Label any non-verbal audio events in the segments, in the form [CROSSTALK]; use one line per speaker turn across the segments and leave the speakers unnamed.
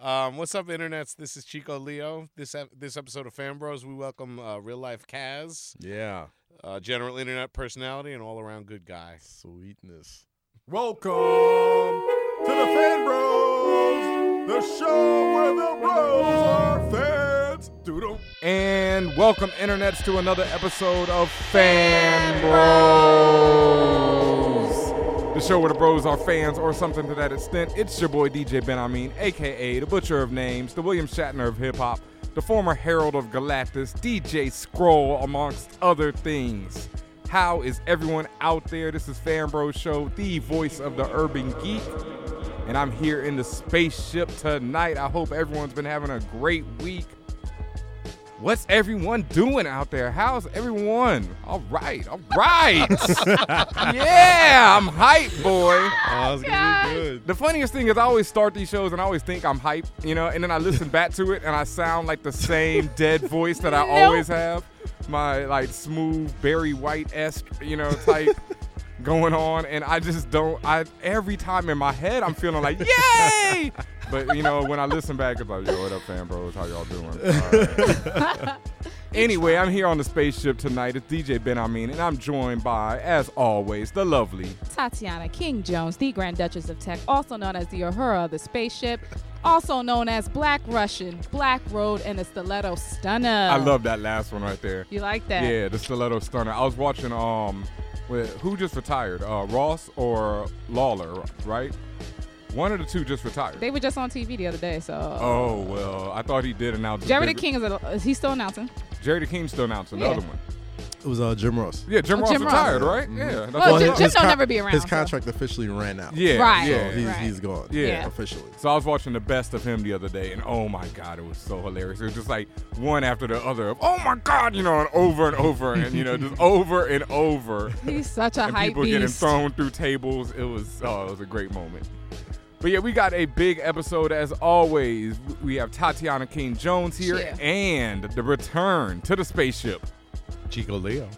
Um, what's up, internets? This is Chico Leo. This ep- this episode of Fan Bros, we welcome uh, real life Kaz,
Yeah.
uh, general internet personality, and all around good guy.
Sweetness. Welcome to the Fan Bros, the show where the bros are fans. Doodle. And welcome, internets, to another episode of Fan Bros. The show where the bros are fans or something to that extent. It's your boy DJ Ben Amin, aka the Butcher of Names, the William Shatner of hip hop, the former Herald of Galactus, DJ Scroll, amongst other things. How is everyone out there? This is Fan Bro Show, the voice of the urban geek, and I'm here in the spaceship tonight. I hope everyone's been having a great week. What's everyone doing out there? How's everyone? All right, all right. [LAUGHS] yeah, I'm hype, boy.
Oh, it's gonna be good.
The funniest thing is I always start these shows and I always think I'm hype, you know, and then I listen back to it and I sound like the same dead voice that I always have. My like smooth Barry White esque, you know, type going on, and I just don't. I every time in my head I'm feeling like yay, but you know when I listen back it's like yo, what up, fam bros? How y'all doing? All right. anyway, I'm here on the spaceship tonight. It's DJ Ben Amin, and I'm joined by, as always, the lovely
Tatiana King Jones, the Grand Duchess of Tech, also known as the Uhura of the spaceship, also known as Black Russian, Black Road, and the Stiletto Stunner.
I love that last one right there.
You like that?
Yeah, the stiletto stunner. I was watching um, with, who just retired? Uh, Ross or Lawler, right? One of the two just retired.
They were just on TV the other day, so.
oh well, I thought he did announce.
Jerry the
big-
King is, a, is he still announcing?
Jerry the King still announced another
Yeah.
one.
It was uh, Jim Ross.
Yeah, Jim
Oh,
Ross
Jim Ross.
retired, right?
Mhm.
Yeah. that's what
Well,
I
Jim-
his-
thought.
Jim- don't
con-
never be around,
His
so.
contract officially ran out.
yeah,
Right.
yeah.
So he's,
Right.
he's gone.
Yeah. Yeah.
Officially.
So I was watching the best of him the other day, and oh my god, it was so hilarious. It was just like one after the other. Of, oh my god, you know, and over and over, and you know, just over and
[LAUGHS]
over.
He's such a
and
hype
people
beast.
getting thrown through tables. It was oh, it was a great moment. But yeah, we got a big episode as always. We have Tatiana King Jones here
Yeah.
and the return to the spaceship.
Chico Leo,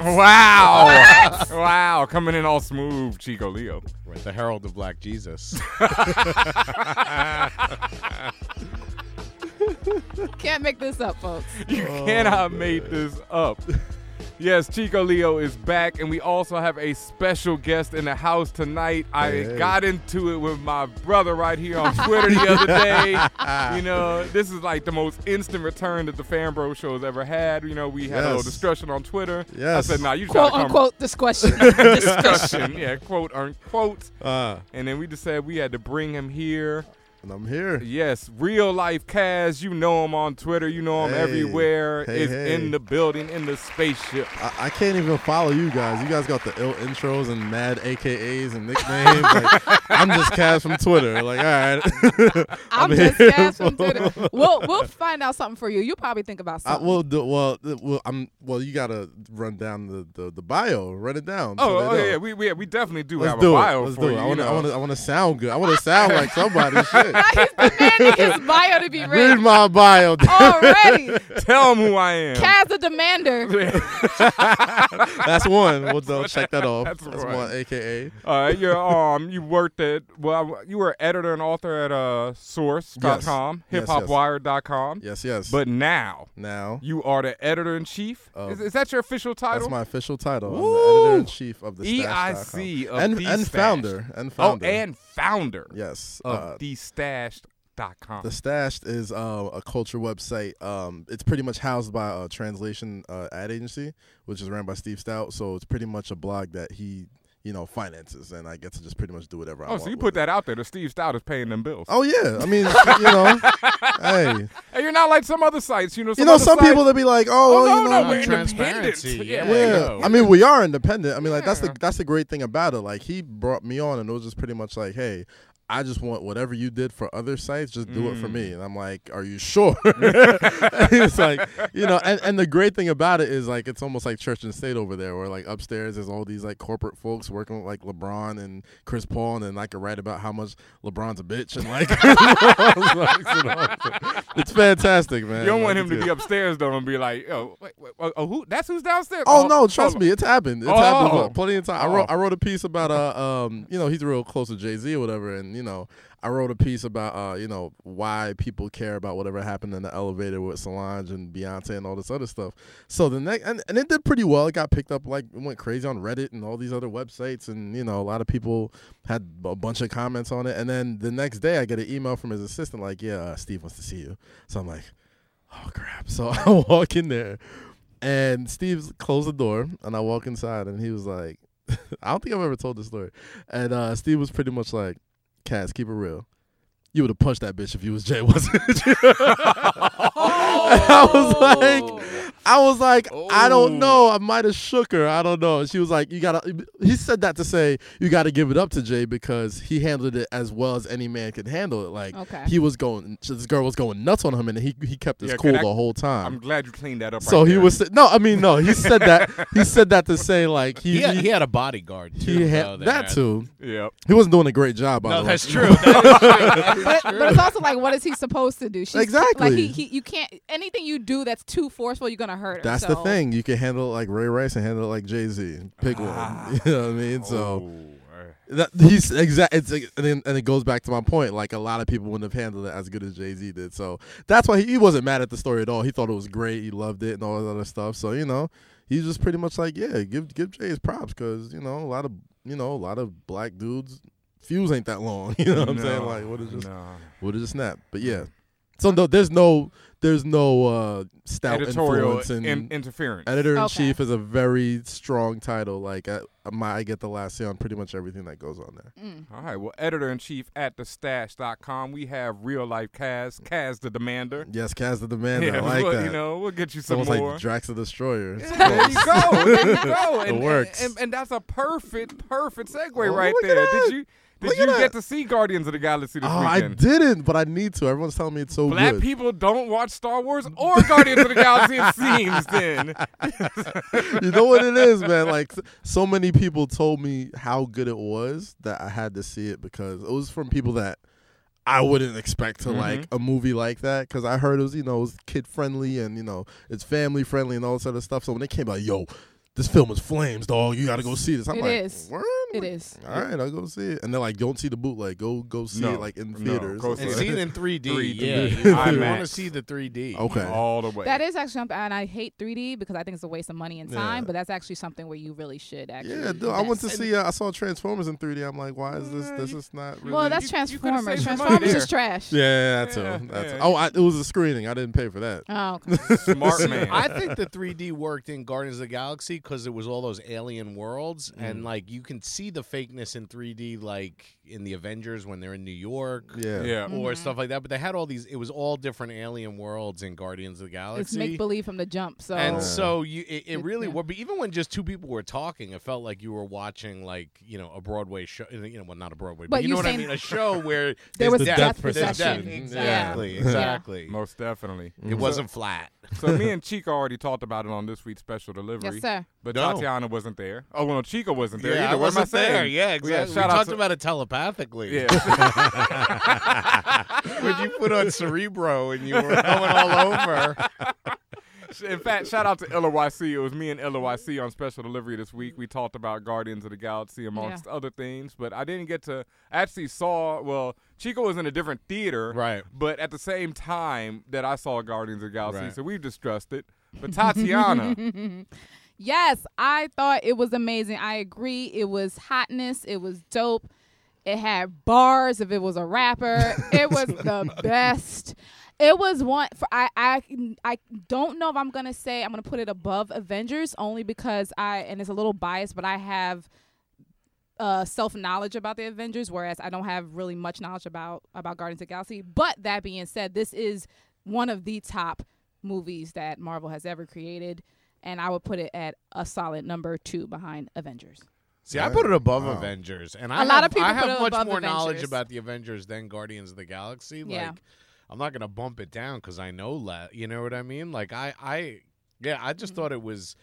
Wow! Wow! Coming in all smooth, Chico Leo.
right? The herald of Black
[LAUGHS]
Jesus.
Can't make this up, folks.
You
Oh,
cannot make this up. [LAUGHS] Yes, Chico Leo is back, and we also have a special guest in the house tonight. I
Hey.
got into it with my brother right here on Twitter the other
[LAUGHS]
day. You know, this is like the most instant return that the Fan Bro show has ever had. You know, we had a little
Yes.
discussion on Twitter. I
Yes.
said, nah, you try
Quote
to come
unquote,
[LAUGHS]
this question.
discussion. yeah, quote unquote.
Uh,
And then we just said we had to bring him here.
and I'm here.
Yes, real life Kaz. You know him on Twitter. You know him
Hey.
everywhere.
Hey,
is
hey.
in the building, in the spaceship.
I, I can't even follow you guys. You guys got the ill intros and mad AKAs and nicknames. like, I'm just Cash from Twitter. Like, all right. [LAUGHS]
I'm
I'm
just
here.
scared from Twitter.
[LAUGHS]
We'll, we'll find out something for you. You'll probably think about
I
something.
will do well. th- Well, I'm well. You gotta run down the, the, the bio. Run it down. so
Oh,
they
oh
know.
yeah, we, we we definitely do
Let's
have
do
a bio
it. Let's
for
do
you.
it. I
you
want to. I
know.
want to. I want to sound good. I want to sound like somebody. Shit.
Demanding his bio
[LAUGHS]
to be
Read
read.
my bio.
Already.
[LAUGHS] Tell them who I am.
Kaz the demander.
[LAUGHS] That's one. We'll double check that off.
That's
That's,
one.
one. AKA.
All right, you're um you worked at well you were editor and author at uh source.com,
Yes, yes.
hiphopwire.com.
Yes, yes.
But now
now
you are the editor in chief.
Of-
is, is that your official
Um, that's
title? Oh,
my official title. I'm
Woo!
the editor in chief of the
EIC of
and,
The
and
Stash.
founder and founder.
Oh, and founder
yes.
of
uh,
thestashed.com.
the Stash is uh, a culture website. Um, it's pretty much housed by a translation uh, ad agency, which is ran by Steve Stout. So it's pretty much a blog that he, you know, finances, and I get to just pretty much do whatever I
Oh,
want.
so you
with
put
it.
that out there that Steve Stout is paying them bills.
Oh yeah,
[LAUGHS]
I mean, you know, hey,
And you're not like some other sites, you know. Some
you know,
other
some
sites-
people that be like,
Oh,
oh, well,
no,
you
no,
know,
we're independent.
Transparency,
Yeah,
yeah.
there you
Yeah,
go.
I mean we are independent. I mean, like that's the
Yeah.
that's the great thing about it. Like he brought me on, and it was just pretty much like, hey, I just want whatever you did for other sites, just do it for me.
Mm.
And I'm like, are you sure? [LAUGHS] he was like, you know, and, and the great thing about it is like it's almost like church and state over there, where like upstairs there's all these like corporate folks working with like LeBron and Chris Paul, and then I could write about how much LeBron's a bitch and like, [LAUGHS] it's fantastic, man.
You don't want
Like,
him to
it's
be
good.
upstairs though and be like, oh, wait, wait, oh, oh, who? That's who's downstairs.
Oh no, trust
oh,
me, [LAUGHS] it's happened. It's
Oh.
happened pl- plenty of time. I wrote
Oh.
I wrote a piece about uh um you know he's real close to Jay Z or whatever, and you know I wrote a piece about uh, you know why people care about whatever happened in the elevator with Solange and Beyonce and all this other stuff. So the next and, and it did pretty well. It got picked up like it went crazy on Reddit and all these other websites, and you know a lot of people had a bunch of comments on it. And then the next day, I get an email from his assistant like, "Yeah, uh, Steve wants to see you." So I'm like, "Oh crap!" So [LAUGHS] I walk in there, and Steve's closed the door, and I walk inside, and he was like, [LAUGHS] "I don't think I've ever told this story." And uh, Steve was pretty much like. Cass, keep it real. You would have punched that bitch if you was Jay, [LAUGHS] wasn't you? I was
Oh.
like, I was like, I don't know. I might have shook her. I don't know. And she was like, you gotta. He said that to say you gotta give it up to Jay because he handled it as well as any man could handle it. Like
Okay.
he was going, this girl was going nuts on him, and he he kept his
Yeah,
cool
'cause I-
the whole time.
I'm glad you cleaned that up.
so
right
he
there.
was sa- no, I mean no. He said that he said that to say like he
He, had,
he,
he had a bodyguard too.
he had
though,
that too. [LAUGHS]
Yep.
He wasn't doing a great job. By
Oh, No,
[LAUGHS] the way.
that's true. That is true.
But, but it's also like, what is he supposed to do? She's
Exactly.
Like he, he, you can't. Anything you do that's too forceful, you're gonna hurt her.
That's the
so-
thing. You can handle it like Ray Rice and handle it like Jay Z. Pick one. [LAUGHS] You know what I mean?
Oh,
So that, he's exact. It's like- and, then, and it goes back to my point. Like a lot of people wouldn't have handled it as good as Jay Z did. So that's why he, he wasn't mad at the story at all. He thought it was great. He loved it and all that other stuff. So you know, he's just pretty much like, yeah, give give Jay his props because you know a lot of you know a lot of black dudes fuse ain't that long. [LAUGHS] You know what I'm saying? Like what is just
no.
would have just snapped. But yeah. So no, there's no, there's no uh, stout
editorial
influence and
in- interference?
Editor in
Okay.
chief is a very strong title. Like I, my, I get the last say on pretty much everything that goes on there.
All right. Well, editor in chief at thestash.com. We have real life Kaz, Kaz the Demander.
Mm. Yes, Kaz the Demand.
[LAUGHS]
I
Yeah,
like
we'll-
that.
You know, we'll get you
it's
some
almost
more.
like Drax
[LAUGHS]
the Destroyer. It's
Yeah, there you
close.
go. There you
[LAUGHS]
go. And,
works.
And, and that's a perfect, perfect segue
Oh,
right
look
there.
at that.
Did you did
Look at
you
that.
get to see Guardians of the Galaxy this
oh, I
weekend?
didn't, but I need to. Everyone's telling me it's so
Black
good.
people don't watch Star Wars or Guardians of the Galaxy.
[LAUGHS]
It seems then.
you know what it is, man. Like s- so many people told me how good it was that I had to see it because it was from people that I wouldn't expect to like
Mm-hmm.
a movie like that because I heard it was you know it was kid friendly and you know it's family friendly and all this other stuff. So when they came out, yo, this film is flames, dog. You got to go see this. I'm
It
like,
is.
Word?
It is.
All right, I'll go see it. And they're like, don't see the bootleg. Go go see
No,
it like in
no,
theaters.
go see
and
[LAUGHS]
it.
seen in 3D.
3D.
[LAUGHS]
Yeah, you- you want
IMAX.
to see the 3D.
okay.
All the way.
That is actually something, and I hate 3D because I think it's a waste of money and time.
Yeah.
But that's actually something where you really should actually.
Yeah, dude, I went to
invest.
see. Uh, I saw Transformers in 3D. I'm like, why is this? This
Mm.
is not really.
Well, that's
You- you could've
Transformers.
saved your money
Transformers
there.
is trash.
Yeah, that's
Yeah,
too. That's
yeah.
Oh, I, it was a screening. I didn't pay for that.
Oh,
[LAUGHS]
okay.
[LAUGHS] smart man.
I think the 3D worked in Guardians of the Galaxy because it was all those alien worlds, and like you can see the fakeness in 3D, like in the Avengers when they're in New York,
Yeah.
yeah.
or
Mm-hmm.
stuff like that. But they had all these; it was all different alien worlds in Guardians of the
it's
Galaxy.
make believe from the jump. So
and so you, it, it really
yeah.
worked. But even when just two people were talking, it felt like you were watching like you know a Broadway show. You know, well, not a Broadway, but,
But
you
you
know what I
saying-
mean. A show where
[LAUGHS] There
there's
was
depth,
depth
there's
perception.
depth.
Yeah.
Exactly,
Yeah.
exactly.
Most definitely.
It wasn't flat.
So me and Chico already talked about it on this week's special delivery.
yes, sir.
But
No.
Tatiana wasn't there. Oh well, Chico wasn't there.
Yeah,
either.
I
what am I
wasn't
saying?
there. Yeah, exactly.
Yeah,
we
shout out
talked
to-
about it telepathically.
Yeah.
[LAUGHS] when you put on Cerebro and you were going all
[LAUGHS]
over.
In fact, shout out to LOYC. It was me and LOYC on special delivery this week. We talked about Guardians of the Galaxy amongst other things, but I didn't get to I actually saw. Well, Chico was in a different theater,
Right.
But at the same time that I saw Guardians of the Galaxy,
Right.
so we've discussed it. But Tatiana,
[LAUGHS] Yes, I thought it was amazing. I agree. It was hotness. It was dope. It had bars. If it was a rapper, it was the best. It was one. For, I I I don't know if I'm gonna say I'm gonna put it above Avengers only because I and it's a little biased, but I have uh, self knowledge about the Avengers, whereas I don't have really much knowledge about about Guardians of the Galaxy. But that being said, this is one of the top movies that Marvel has ever created, and I would put it at a solid number two behind Avengers.
See, I put it above
Wow.
Avengers, and
A
I have,
lot of people
I
put
have
it
much
above
more knowledge
Avengers.
about the Avengers than Guardians of the Galaxy. Like,
Yeah.
I'm not gonna bump it down because I know le- You know what I mean? Like, I, I, yeah, I
Mm-hmm.
just thought it was.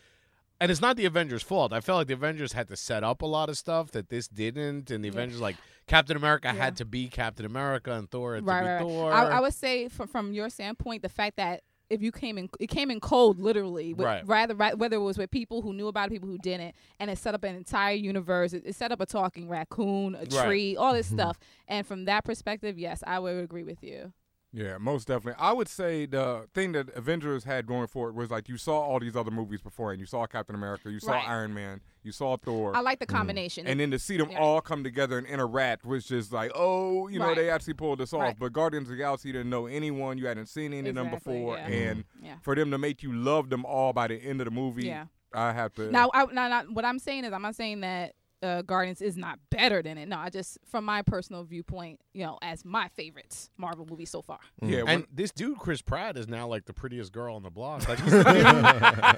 And it's not the Avengers' fault. I felt like the Avengers had to set up a lot of stuff that this didn't, and the
Yeah.
Avengers, like Captain America,
Yeah.
had to be Captain America, and Thor had to
Right,
be
right, right.
Thor.
I, I would say from, from your standpoint, the fact that if you came in, it came in cold, literally. With,
Right.
Rather, right, whether it was with people who knew about it, people who didn't, and it set up an entire universe. It, it set up a talking raccoon, a
Right. Mm-hmm.
tree, all this stuff. And from that perspective, yes, I would agree with you.
Yeah, most definitely. I would say the thing that Avengers had going for it was like you saw all these other movies before, and you saw Captain America, you saw
Right.
Iron Man, you saw Thor,
I like the combination.
Mm. and then to see them
Yeah.
all come together and interact was just like, oh, you know,
Right.
they actually pulled this off.
Right.
But Guardians of the Galaxy didn't know anyone, you hadn't seen any of them
Exactly,
before,
yeah.
and
yeah.
for them to make you love them all by the end of the movie,
Yeah.
I have to.
Now, I, now, now, what I'm saying is, I'm not saying that uh, Guardians is not better than it. No, I just, from my personal viewpoint, you know, as my favorite Marvel movie so far.
yeah,
And
when-
this dude Chris Pratt is now like the prettiest girl on the block.
[LAUGHS]
Like he's the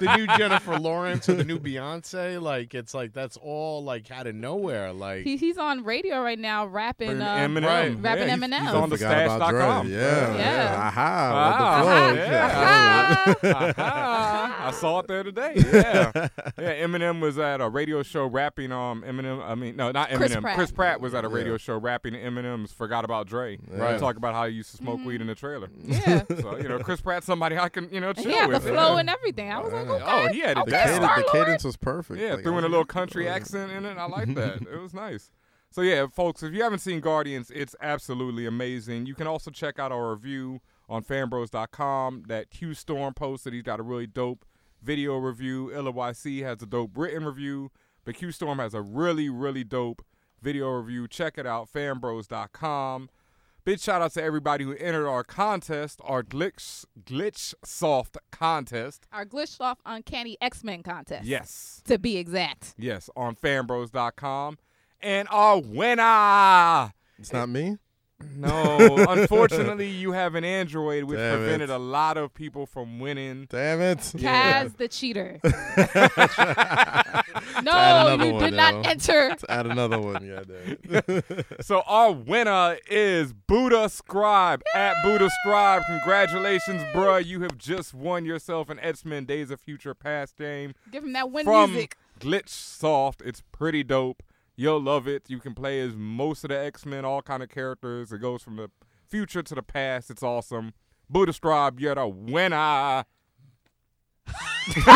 new, the new Jennifer Lawrence or the new Beyonce. Like it's like that's all like out of nowhere. Like
He, he's on radio right now rapping. Um,
Eminem,
right.
Rapping
yeah, he's-
Eminem.
he's
I
on the
forgot about
stash.com.
Dre. Yeah.
Yeah.
Aha.
Aha,
What the fuck?
yeah.
ah,
Aha. [LAUGHS] I saw it there today. Yeah, yeah. Eminem was at a radio show rapping. Um, Eminem. I mean, no, not Eminem.
Chris Pratt.
was at a radio show rapping Eminem's "Forgot About Dre."
Right.
Talk about how he used to smoke
Mm-hmm.
weed in the trailer.
[LAUGHS] yeah.
So you know, Chris Pratt's somebody I can you know chill
He had the
with.
flow and everything. I was like,
Yeah.
okay.
Oh, he had it
The,
down.
cadence, the cadence was perfect.
Yeah,
Like, oh,
threw
I
in a
was-
little country accent in it. I like that. it was nice. So yeah, folks, if you haven't seen Guardians, it's absolutely amazing. You can also check out our review on fanbros.com. That Hugh Storm posted. He's got a really dope video review. LYC has a dope written review. But Q Storm has a really, really dope video review. Check it out, fanbros.com. Big shout out to everybody who entered our contest, our Glitch Glitch Soft contest.
Our Glitchloff Uncanny X Men contest.
Yes.
To be exact.
Yes, on fanbros.com. And our winner!
It's not me.
No, [LAUGHS] unfortunately, you have an Android, which
Damn it.
prevented a lot of people from winning.
Damn
[LAUGHS]
it.
Kaz the cheater.
add
no,
another
you
one
did
now.
not enter.
To add another one. Yeah,
[LAUGHS]
[LAUGHS] damn it.
So our winner is Buddha Scribe at Buddha Scribe. Congratulations, bruh. You have just won yourself an X-Men Days of Future Past game
Give him that win
from
music.
Glitch Soft. It's pretty dope. You'll love it. You can play as most of the X Men, all kind of characters. It goes from the future to the past. It's awesome. Buddha Scribe, you're the winner.
You
[LAUGHS]
know,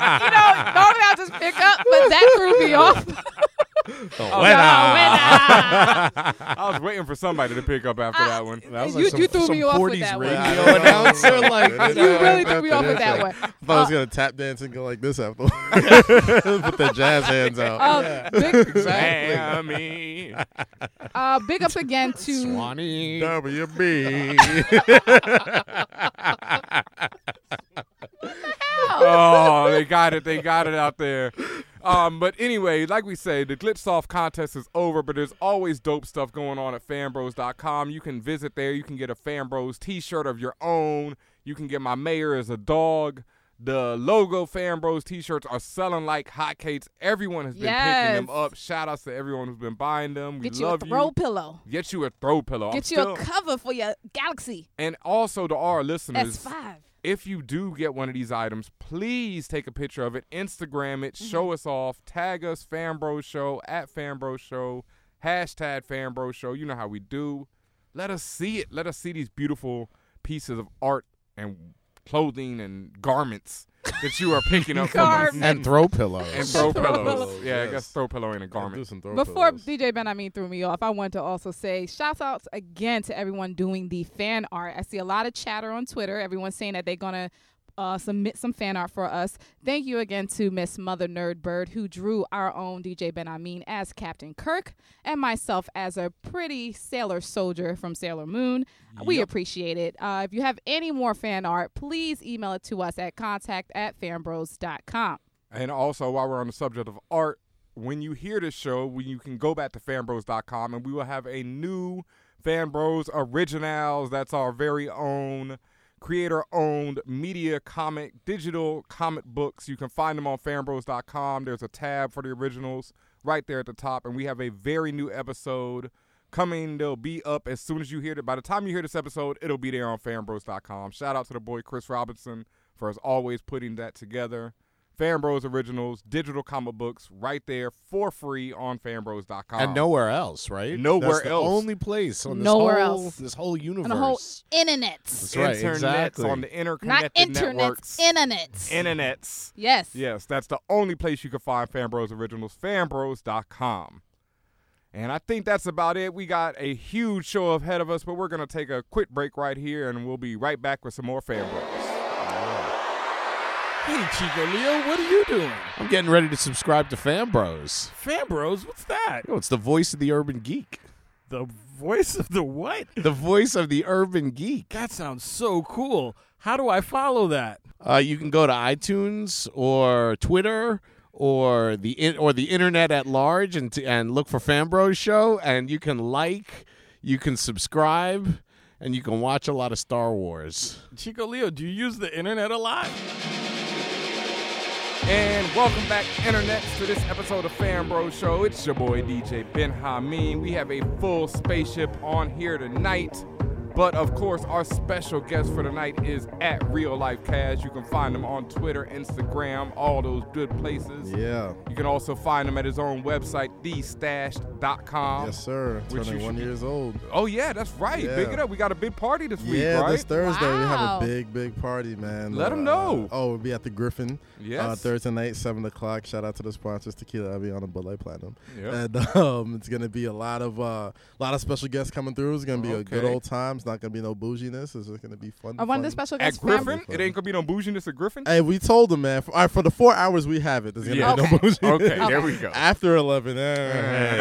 normally I just pick up, but that threw me off. [LAUGHS]
oh,
Oh, Winner.
[LAUGHS] I was waiting for somebody to pick up after that
[LAUGHS]
one.
that was
You-
some-
you threw
some
me off with
40s
that one.
radio
[LAUGHS]
announcer. Like
You really threw me off with that one.
I thought I was gonna tap dance and go like this after. [LAUGHS] Put the jazz hands out.
Um,
Oh.
big,
Miami.
uh, big
[LAUGHS]
ups again to
Swanee.
WB.
oh, they got it. They got it out there. Um, but anyway, like we say, the Glitch Soft contest is over, but there's always dope stuff going on at fanbros.com. You can visit there. You can get a Fanbros t shirt of your own. You can get my mayor as a dog. The logo Fanbros t shirts are selling like hotcakes. Everyone has been picking them
Yes.
up. Shout outs to everyone who's been buying them. We
get you a
love
throw
you.
pillow.
Get you a throw pillow. I'm
Get you
still-
a cover for your Galaxy
and also to our listeners,
S5.
if you do get one of these items, please take a picture of it, Instagram it, show us off, tag us, Fanbro Show, at Fanbro Show, hashtag Fanbro Show. You know how we do. Let us see it. Let us see these beautiful pieces of art and clothing and garments that you are picking up from us.
Garments.
and throw pillows.
And throw
Throw
pillows.
pillows,
Yeah, I
yes.
guess throw pillow ain't a
Do
garment.
some throw
Before
pillows.
DJ Ben Amin threw me off, I want to also say shout outs again to everyone doing the fan art. I see a lot of chatter on Twitter. Everyone's saying that they're going to uh, submit some fan art for us. Thank you again to Miss Mother Nerd Bird, who drew our own DJ Ben Amin as Captain Kirk and myself as a pretty sailor soldier from Sailor Moon. We appreciate it. Uh, if you have any more fan art, please email it to us at contact at fanbros.com.
And also, while we're on the subject of art, when you hear this show, when you can go back to fanbros.com and we will have a new Fanbros Originals. That's our very own creator owned media comic, digital comic books. You can find them on fanbros.com. There's a tab for the originals right there at the top. And we have a very new episode coming. They'll be up as soon as you hear it. By the time you hear this episode, it'll be there on fanbros.com. Shout out to the boy Chris Robinson for us always putting that together Fan Bros Originals, digital comic books, right there for free on fanbros.com.
and nowhere else, right?
Nowhere
That's the
else.
only place on this
Nowhere
whole
else.
this whole universe.
on the whole internet.
That's right,
internets
exactly.
on the
Not
interconnected
internets,
networks.
internets.
internets.
yes.
Yes, that's the only place you can find Fan Bros Originals, fanbros.com. And I think that's about it. We got a huge show ahead of us, but we're going to take a quick break right here, and we'll be right back with some more Fan Bros.
Hey, Chico Leo, what are you doing?
I'm getting ready to subscribe to Fan Bros.
Fan Bros, what's that?
Yo, it's the voice of the urban geek.
The voice of the what?
The voice of the urban geek.
That sounds so cool. How do I follow that?
Uh, you can go to iTunes or Twitter or the in- or the internet at large and t- and look for Fanbros show and you can like, you can subscribe, and you can watch a lot of Star Wars.
Chico Leo, do you use the internet a lot?
And welcome back, internets, to this episode of Fan Bros Show. It's your boy DJ Ben Hameen. We have a full spaceship on here tonight. But of course, our special guest for tonight is at Real Life Cash. You can find him on Twitter, Instagram, all those good places.
Yeah.
You can also find him at his own website, thestash.com.
Yes, sir.
Um, Which you
Turning one
should be-
years old.
Oh, yeah, that's right.
Yeah.
Big it up. We got a big party this week,
yeah,
right?
this Thursday we
Wow.
have a big, big party, man.
Let 'em know.
Oh, we'll be at the Griffin. Uh,
Yes.
Thursday night, seven o'clock. Shout out to the sponsors, Tequila Aviana, Bud Light Platinum.
Yep.
And [LAUGHS] um, it's gonna be a lot of a uh, lot of special guests coming through. It's gonna be a good
Okay.
old time. It's not gonna be no bouginess. It's just gonna be fun.
Are one of the
fun.
special
at
guests
[LAUGHS]
fan-
Griffin? It ain't going to be no bouginess at Griffin?
Hey, we told them, man. For, all right, for the four hours we have it, there's gonna
Yeah.
be no bougie. [LAUGHS]
Okay, there we go.
After eleven, eh,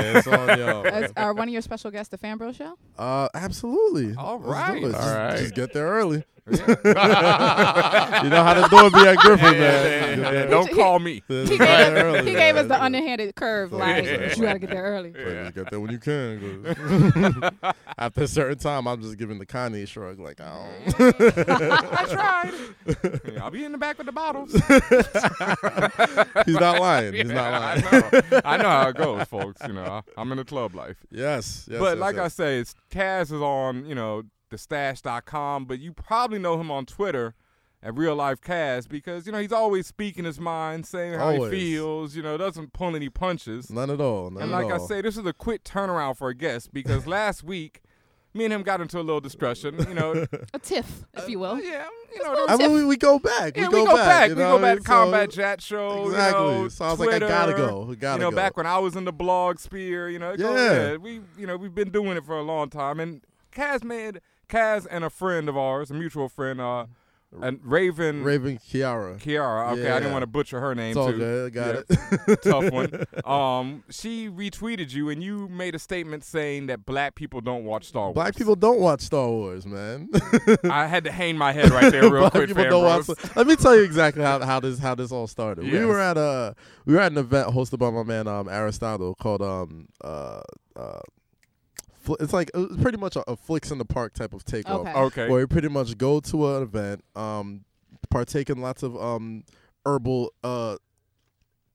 [LAUGHS]
hey, it's all y'all.
Is- Are one of your special guests the Fan Bro
[LAUGHS]
show?
Uh, absolutely.
All
Let's do
right.
it. Just,
All right.
just get
[LAUGHS]
there early. [LAUGHS] you know how to do it. Be at Griffin, man. Just get there-
Don't call me.
just
He
get
gave,
there
us,
early,
he gave us
man.
the underhanded curve, like
Yeah.
you gotta get there
[LAUGHS]
early.
Like, Just get there when you can.
[LAUGHS]
'cause After a certain time, I'm just giving the Kanye shrug, like, I
[LAUGHS]
don't. [LAUGHS]
I tried. Yeah, I'll be in the back with the bottles.
He's not lying. He's
Yeah,
not lying.
I know. I know how it goes, folks. You know, I- I'm in the club life.
Yes. yes
but
yes,
like I
yes.
say, it's, Taz is on, you know, thestash.com, but you probably know him on Twitter at Real Life Kaz because, you know, he's always speaking his mind, saying how
Always.
he feels, you know, doesn't pull any punches.
None at all. None
and
at
like I
all.
say, this is a quick turnaround for a guest
[LAUGHS]
because last week, me and him got into a little discussion, you know.
A tiff, if you will.
yeah, you know,
I mean, we, we go back.
Yeah,
we go,
back.
you
we
know
go
what I
back
mean?
to Combat
So-
Chat Show. you
Exactly.
know,
So I was like, I gotta
Twitter,
go. I gotta
you know,
go.
back when I was in the blog sphere, you know, it goes-
Yeah.
yeah, we, you know, we've been doing it for a long time. And Kaz made Kaz and a friend of ours, a mutual friend, uh, and Raven,
Raven Kiara.
Kiara. Okay, I
Yeah.
didn't want Mm. to butcher her name
It's all
too.
good. I Got
Yeah, [LAUGHS]
it. [LAUGHS]
Tough one. Um, she retweeted you, and you made a statement saying that black people don't watch Star Wars.
Black people don't watch Star Wars, man.
I
[LAUGHS]
had to hang my head right there, real
Black
quick.
people
fan
don't watch-
bros.
Let me tell you exactly how, how this how this all started. We
Yes.
were at a we were at an event hosted by my man um, Aristotle called um uh uh. fl- It's like it was pretty much a, a flicks in the park type of takeoff,
Okay.
Okay.
where you pretty much go to an event, um, partake in lots of um herbal uh,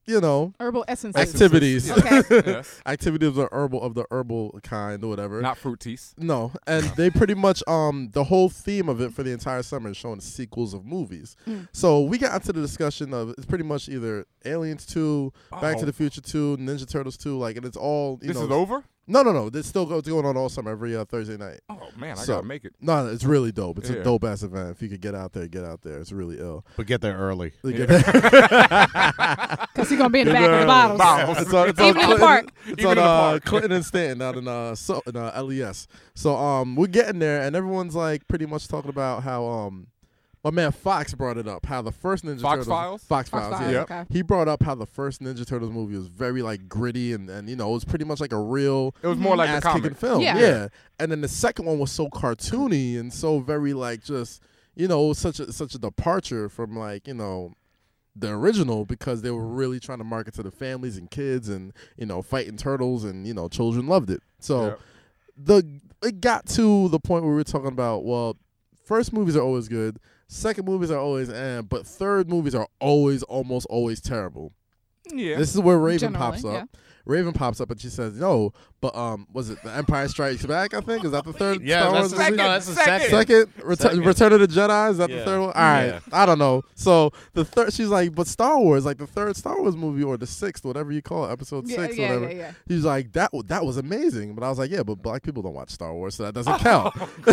you know,
Herbal essences.
activities,
Okay.
[LAUGHS]
[LAUGHS]
yes.
activities of the herbal of the herbal kind or whatever.
Not fruities.
No, and they pretty much um the whole theme of it for the entire summer is showing sequels of movies.
Mm.
So we got into the discussion of it's pretty much either Aliens two, Back to
Oh.
the Future two, Ninja Turtles two, like and it's all you
This
know.
is over.
no, no, no. It's still go- it's going on all summer every uh, Thursday night.
Oh man, I
So-
gotta make it.
No, no, it's really dope. It's
Yeah.
a dope ass event. If you could get out there, get out there. It's really ill.
But get there early.
[LAUGHS]
[LAUGHS]
Because he's gonna be in the back of the [LAUGHS] bottles.
It's on- it's
Even
on
in the
Clinton-
park.
It's
Even
on
in the
uh,
park. [LAUGHS]
Clinton and Stanton out in uh, so, in, uh LES. So um, we're getting there, and everyone's like pretty much talking about how um, my man Fox brought it up. How the first Ninja
Fox
Turtles,
Files?
Fox,
Fox
Files,
Files,
yeah.
okay.
He brought up how the first Ninja Turtles movie was very like gritty, and and you know it was pretty much like a real
It was more like the
ass
comic.
kicking film.
Yeah.
Yeah. And then the second one was so cartoony and so very like just you know, it was such a such a departure from like, you know, the original because they were really trying to market to the families and kids and, you know, fighting turtles and, you know, children loved it. So
Yep.
the it got to the point where we were talking about, well, first movies are always good, second movies are always eh, but third movies are always almost always terrible.
Yeah.
This is where Raven
Generally,
pops up. Raven pops up and she says, "No, But um, was it The Empire Strikes Back? I think is that the third
Yeah,
Star
that's
Wars
the,
movie?
no, that's the
Second,
second.
Second, Retu-
Second.
Return of the Jedi is that
Yeah.
the third one? All right,
Yeah.
I don't know. So the third, she's like, but Star Wars, like the third Star Wars movie or the sixth, whatever you call it, Episode
Yeah,
six,
yeah,
or whatever.
yeah, yeah.
He's like, that w- that was amazing, but I was like, yeah, but black people don't watch Star Wars, so that doesn't count. [LAUGHS]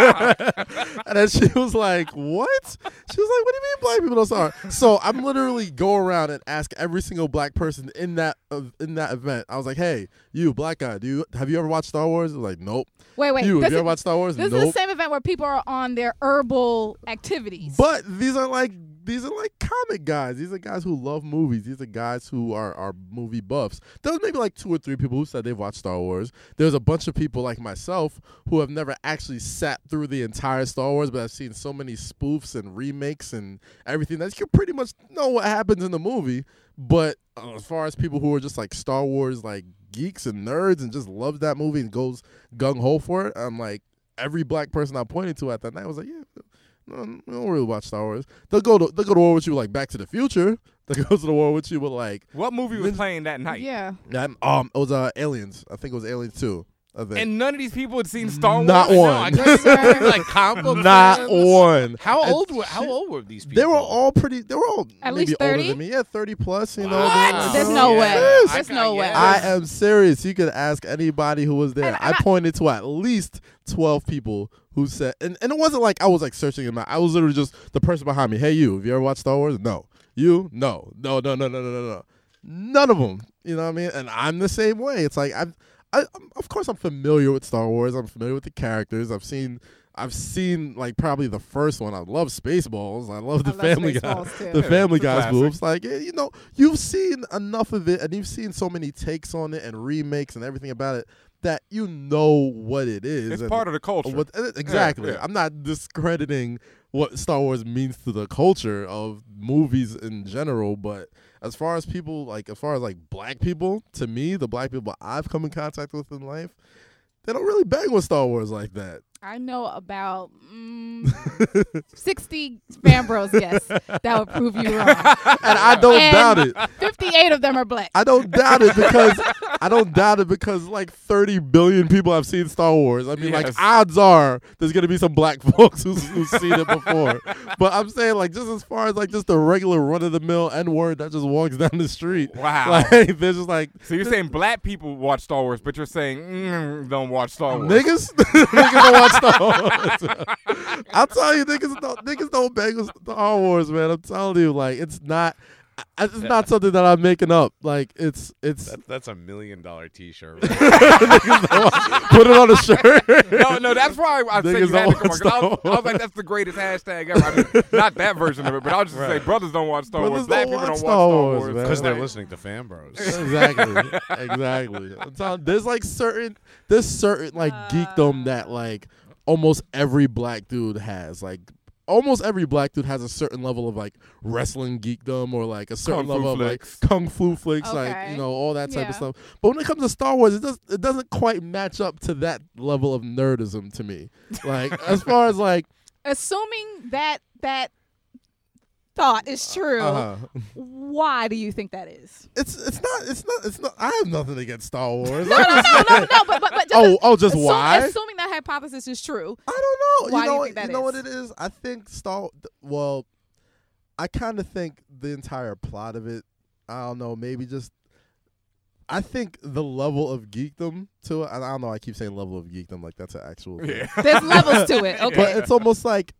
and then she was like, what? She was like, what do you mean black people don't star? So I'm literally go around and ask every single black person in that uh, in that event. I was like, hey, you black guy, do you have you ever watched Star Wars? They're Like, nope.
Wait, wait.
you
this
have you
is-
ever watched Star Wars?
This
nope.
is the same event where people are on their herbal activities.
But these are like these are like comic guys. These are guys who love movies. These are guys who are, are movie buffs. There was maybe like two or three people who said they've watched Star Wars. There's a bunch of people like myself who have never actually sat through the entire Star Wars, but I've seen so many spoofs and remakes and everything that you pretty much know what happens in the movie. But uh, as far as people who are just like Star Wars like geeks and nerds and just loves that movie and goes gung ho for it, I'm like every black person I pointed to at that night was like, yeah, no, Um, we don't really watch Star Wars. They'll go to they'll go to war with you like Back to the Future. [LAUGHS] They'll go to the war with you with like
What movie was playing that night?
yeah.
that- um it was uh Aliens. I think it was Aliens two. I think
And none of these people had seen Star Wars.
not
No, I
one,
guess they're like comic book
[LAUGHS] not
fans.
one.
How
And
old were how old were these people?
They were all pretty. They were all
At
maybe
least
older
30?
than me. Yeah, thirty plus. You know,
Wow.
they-
There's no
Yeah.
way.
Yes.
There's
I-
no
yeah.
way.
I am serious. You could ask anybody who was there.
And-
I,
and I-
pointed to at least twelve people who said, and, and it wasn't like I was like searching them out. I was literally just the person behind me. Hey, you, have you ever watched Star Wars? No. You? No. No. No. No. No. No. No. no. None of them. You know what I mean? And I'm the same way. It's like I've, I, I'm, of course, I'm familiar with Star Wars. I'm familiar with the characters. I've seen. I've seen like probably the first one. I love Spaceballs. I love the
I love
Family Guy
Spaceballs, too.
the Family
it's a
Guy's
classic.
moves. Like eh, you know, you've seen enough of it, and you've seen so many takes on it and remakes and everything about it that you know what it is.
It's
and
part of the culture.
what- eh, exactly.
yeah.
I'm not discrediting what Star Wars means to the culture of movies in general, but as far as people like, as far as like black people, to me, the black people I've come in contact with in life. They don't really bang with Star Wars like
[LAUGHS]
that.
I know about
[LAUGHS]
mm, 60 Fambros, yes, that would prove you
[LAUGHS]
wrong.
And I don't
And-
doubt it.
58 of them are black.
I don't doubt it because I don't doubt it because like 30 billion people have seen Star Wars. I mean,
Yes.
like odds are there's gonna be some black [LAUGHS] folks who's, who's seen it before. but I'm saying like just as far as like just the regular run of the mill N word that just walks down the street.
Wow.
[LAUGHS] Like they're just like
so you're saying black people watch Star Wars, but you're saying mm, don't watch Star Wars.
niggas, [LAUGHS] niggas don't watch Star Wars. [LAUGHS] I'll tell you, niggas don't niggas don't bang with Star Wars, man. I'm telling you, like it's not. I- It's not something that I'm making up. Like it's
[LAUGHS]
it's [LAUGHS]
That- that's a million dollar t shirt.
put it on a shirt.
No, no, that's why I said you had
Niggas
to come on,
don't watch
'cause I was,
Star
I was like, that's the greatest hashtag ever. I mean, not that version of it, but I'll just say brothers don't watch Star Wars.
Brothers
Black
don't
people don't watch
watch
Star Wars.
man.
Because they're
Like,
listening to fan bros. [LAUGHS]
[LAUGHS]
exactly, exactly. I'm telling, there's like certain, there's certain like geekdom
Ah.
that like almost every black dude has. Like almost every black dude has a certain level of like wrestling geekdom or like a certain
Kung Fu
level of
flicks.
like kung fu flicks, like
Okay.
you know all that type
Yeah.
of stuff. But when it comes to Star Wars, it does it doesn't quite match up to that level of nerdism to me. Like as far as like
Assuming that that thought is [LAUGHS] true,
uh-huh.
why do you think that
[LAUGHS]
is?
it's it's not it's not it's not. I have nothing against Star
[LAUGHS]
Wars.
No, no, no, no, no, but, but, but just
oh oh, just
assume-
why?
Assuming that hypothesis is true,
I don't know.
Why
you
do you
know,
think that
know
is?
what it is? I think Star. th- Well, I kind of think the entire plot of it. I don't know. Maybe just. I think the level of geekdom to it. and I don't know. I keep saying level of geekdom like that's an actual. Thing.
yeah.
there's levels to
[LAUGHS]
it. Okay.
But it's almost like,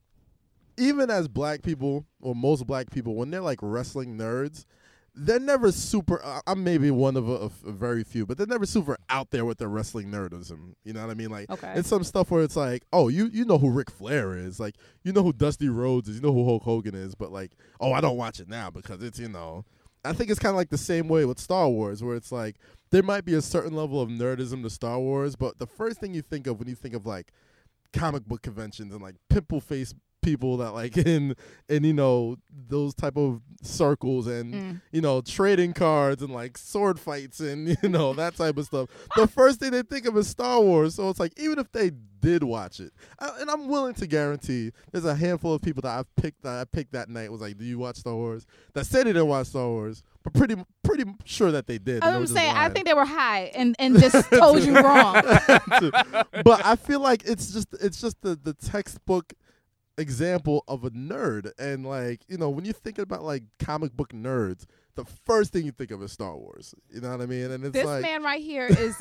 even as black people or most black people, when they're like wrestling nerds, they're never super. I- I'm maybe one of a, of a very few, but they're never super out there with their wrestling nerdism. You know what I mean? Like
Okay.
it's some stuff where it's like, oh, you you know who Ric Flair is, like you know who Dusty Rhodes is, you know who Hulk Hogan is, but like, oh, I don't watch it now because it's you know. I think it's kind of like the same way with Star Wars, where it's like there might be a certain level of nerdism to Star Wars, but the first thing you think of when you think of like comic book conventions and like pimple face people that like [LAUGHS] in in you know those type of circles and
Mm.
you know trading cards and like sword fights and [LAUGHS] you know that type of stuff. The first thing they think of is Star Wars, so it's like even if they did watch it, I, and I'm willing to guarantee there's a handful of people that I've picked that I picked that night was like, "Do you watch Star Wars?" That said they didn't watch Star Wars, but pretty pretty sure that they did. and they
I'm
were just
saying I
lying.
think they were high and, and
[LAUGHS]
just told you wrong.
but I feel like it's just it's just the, the textbook example of a nerd. And like, you know, when you think about like comic book nerds, the first thing you think of is Star Wars. You know what I mean? And it's
This
like
man right here is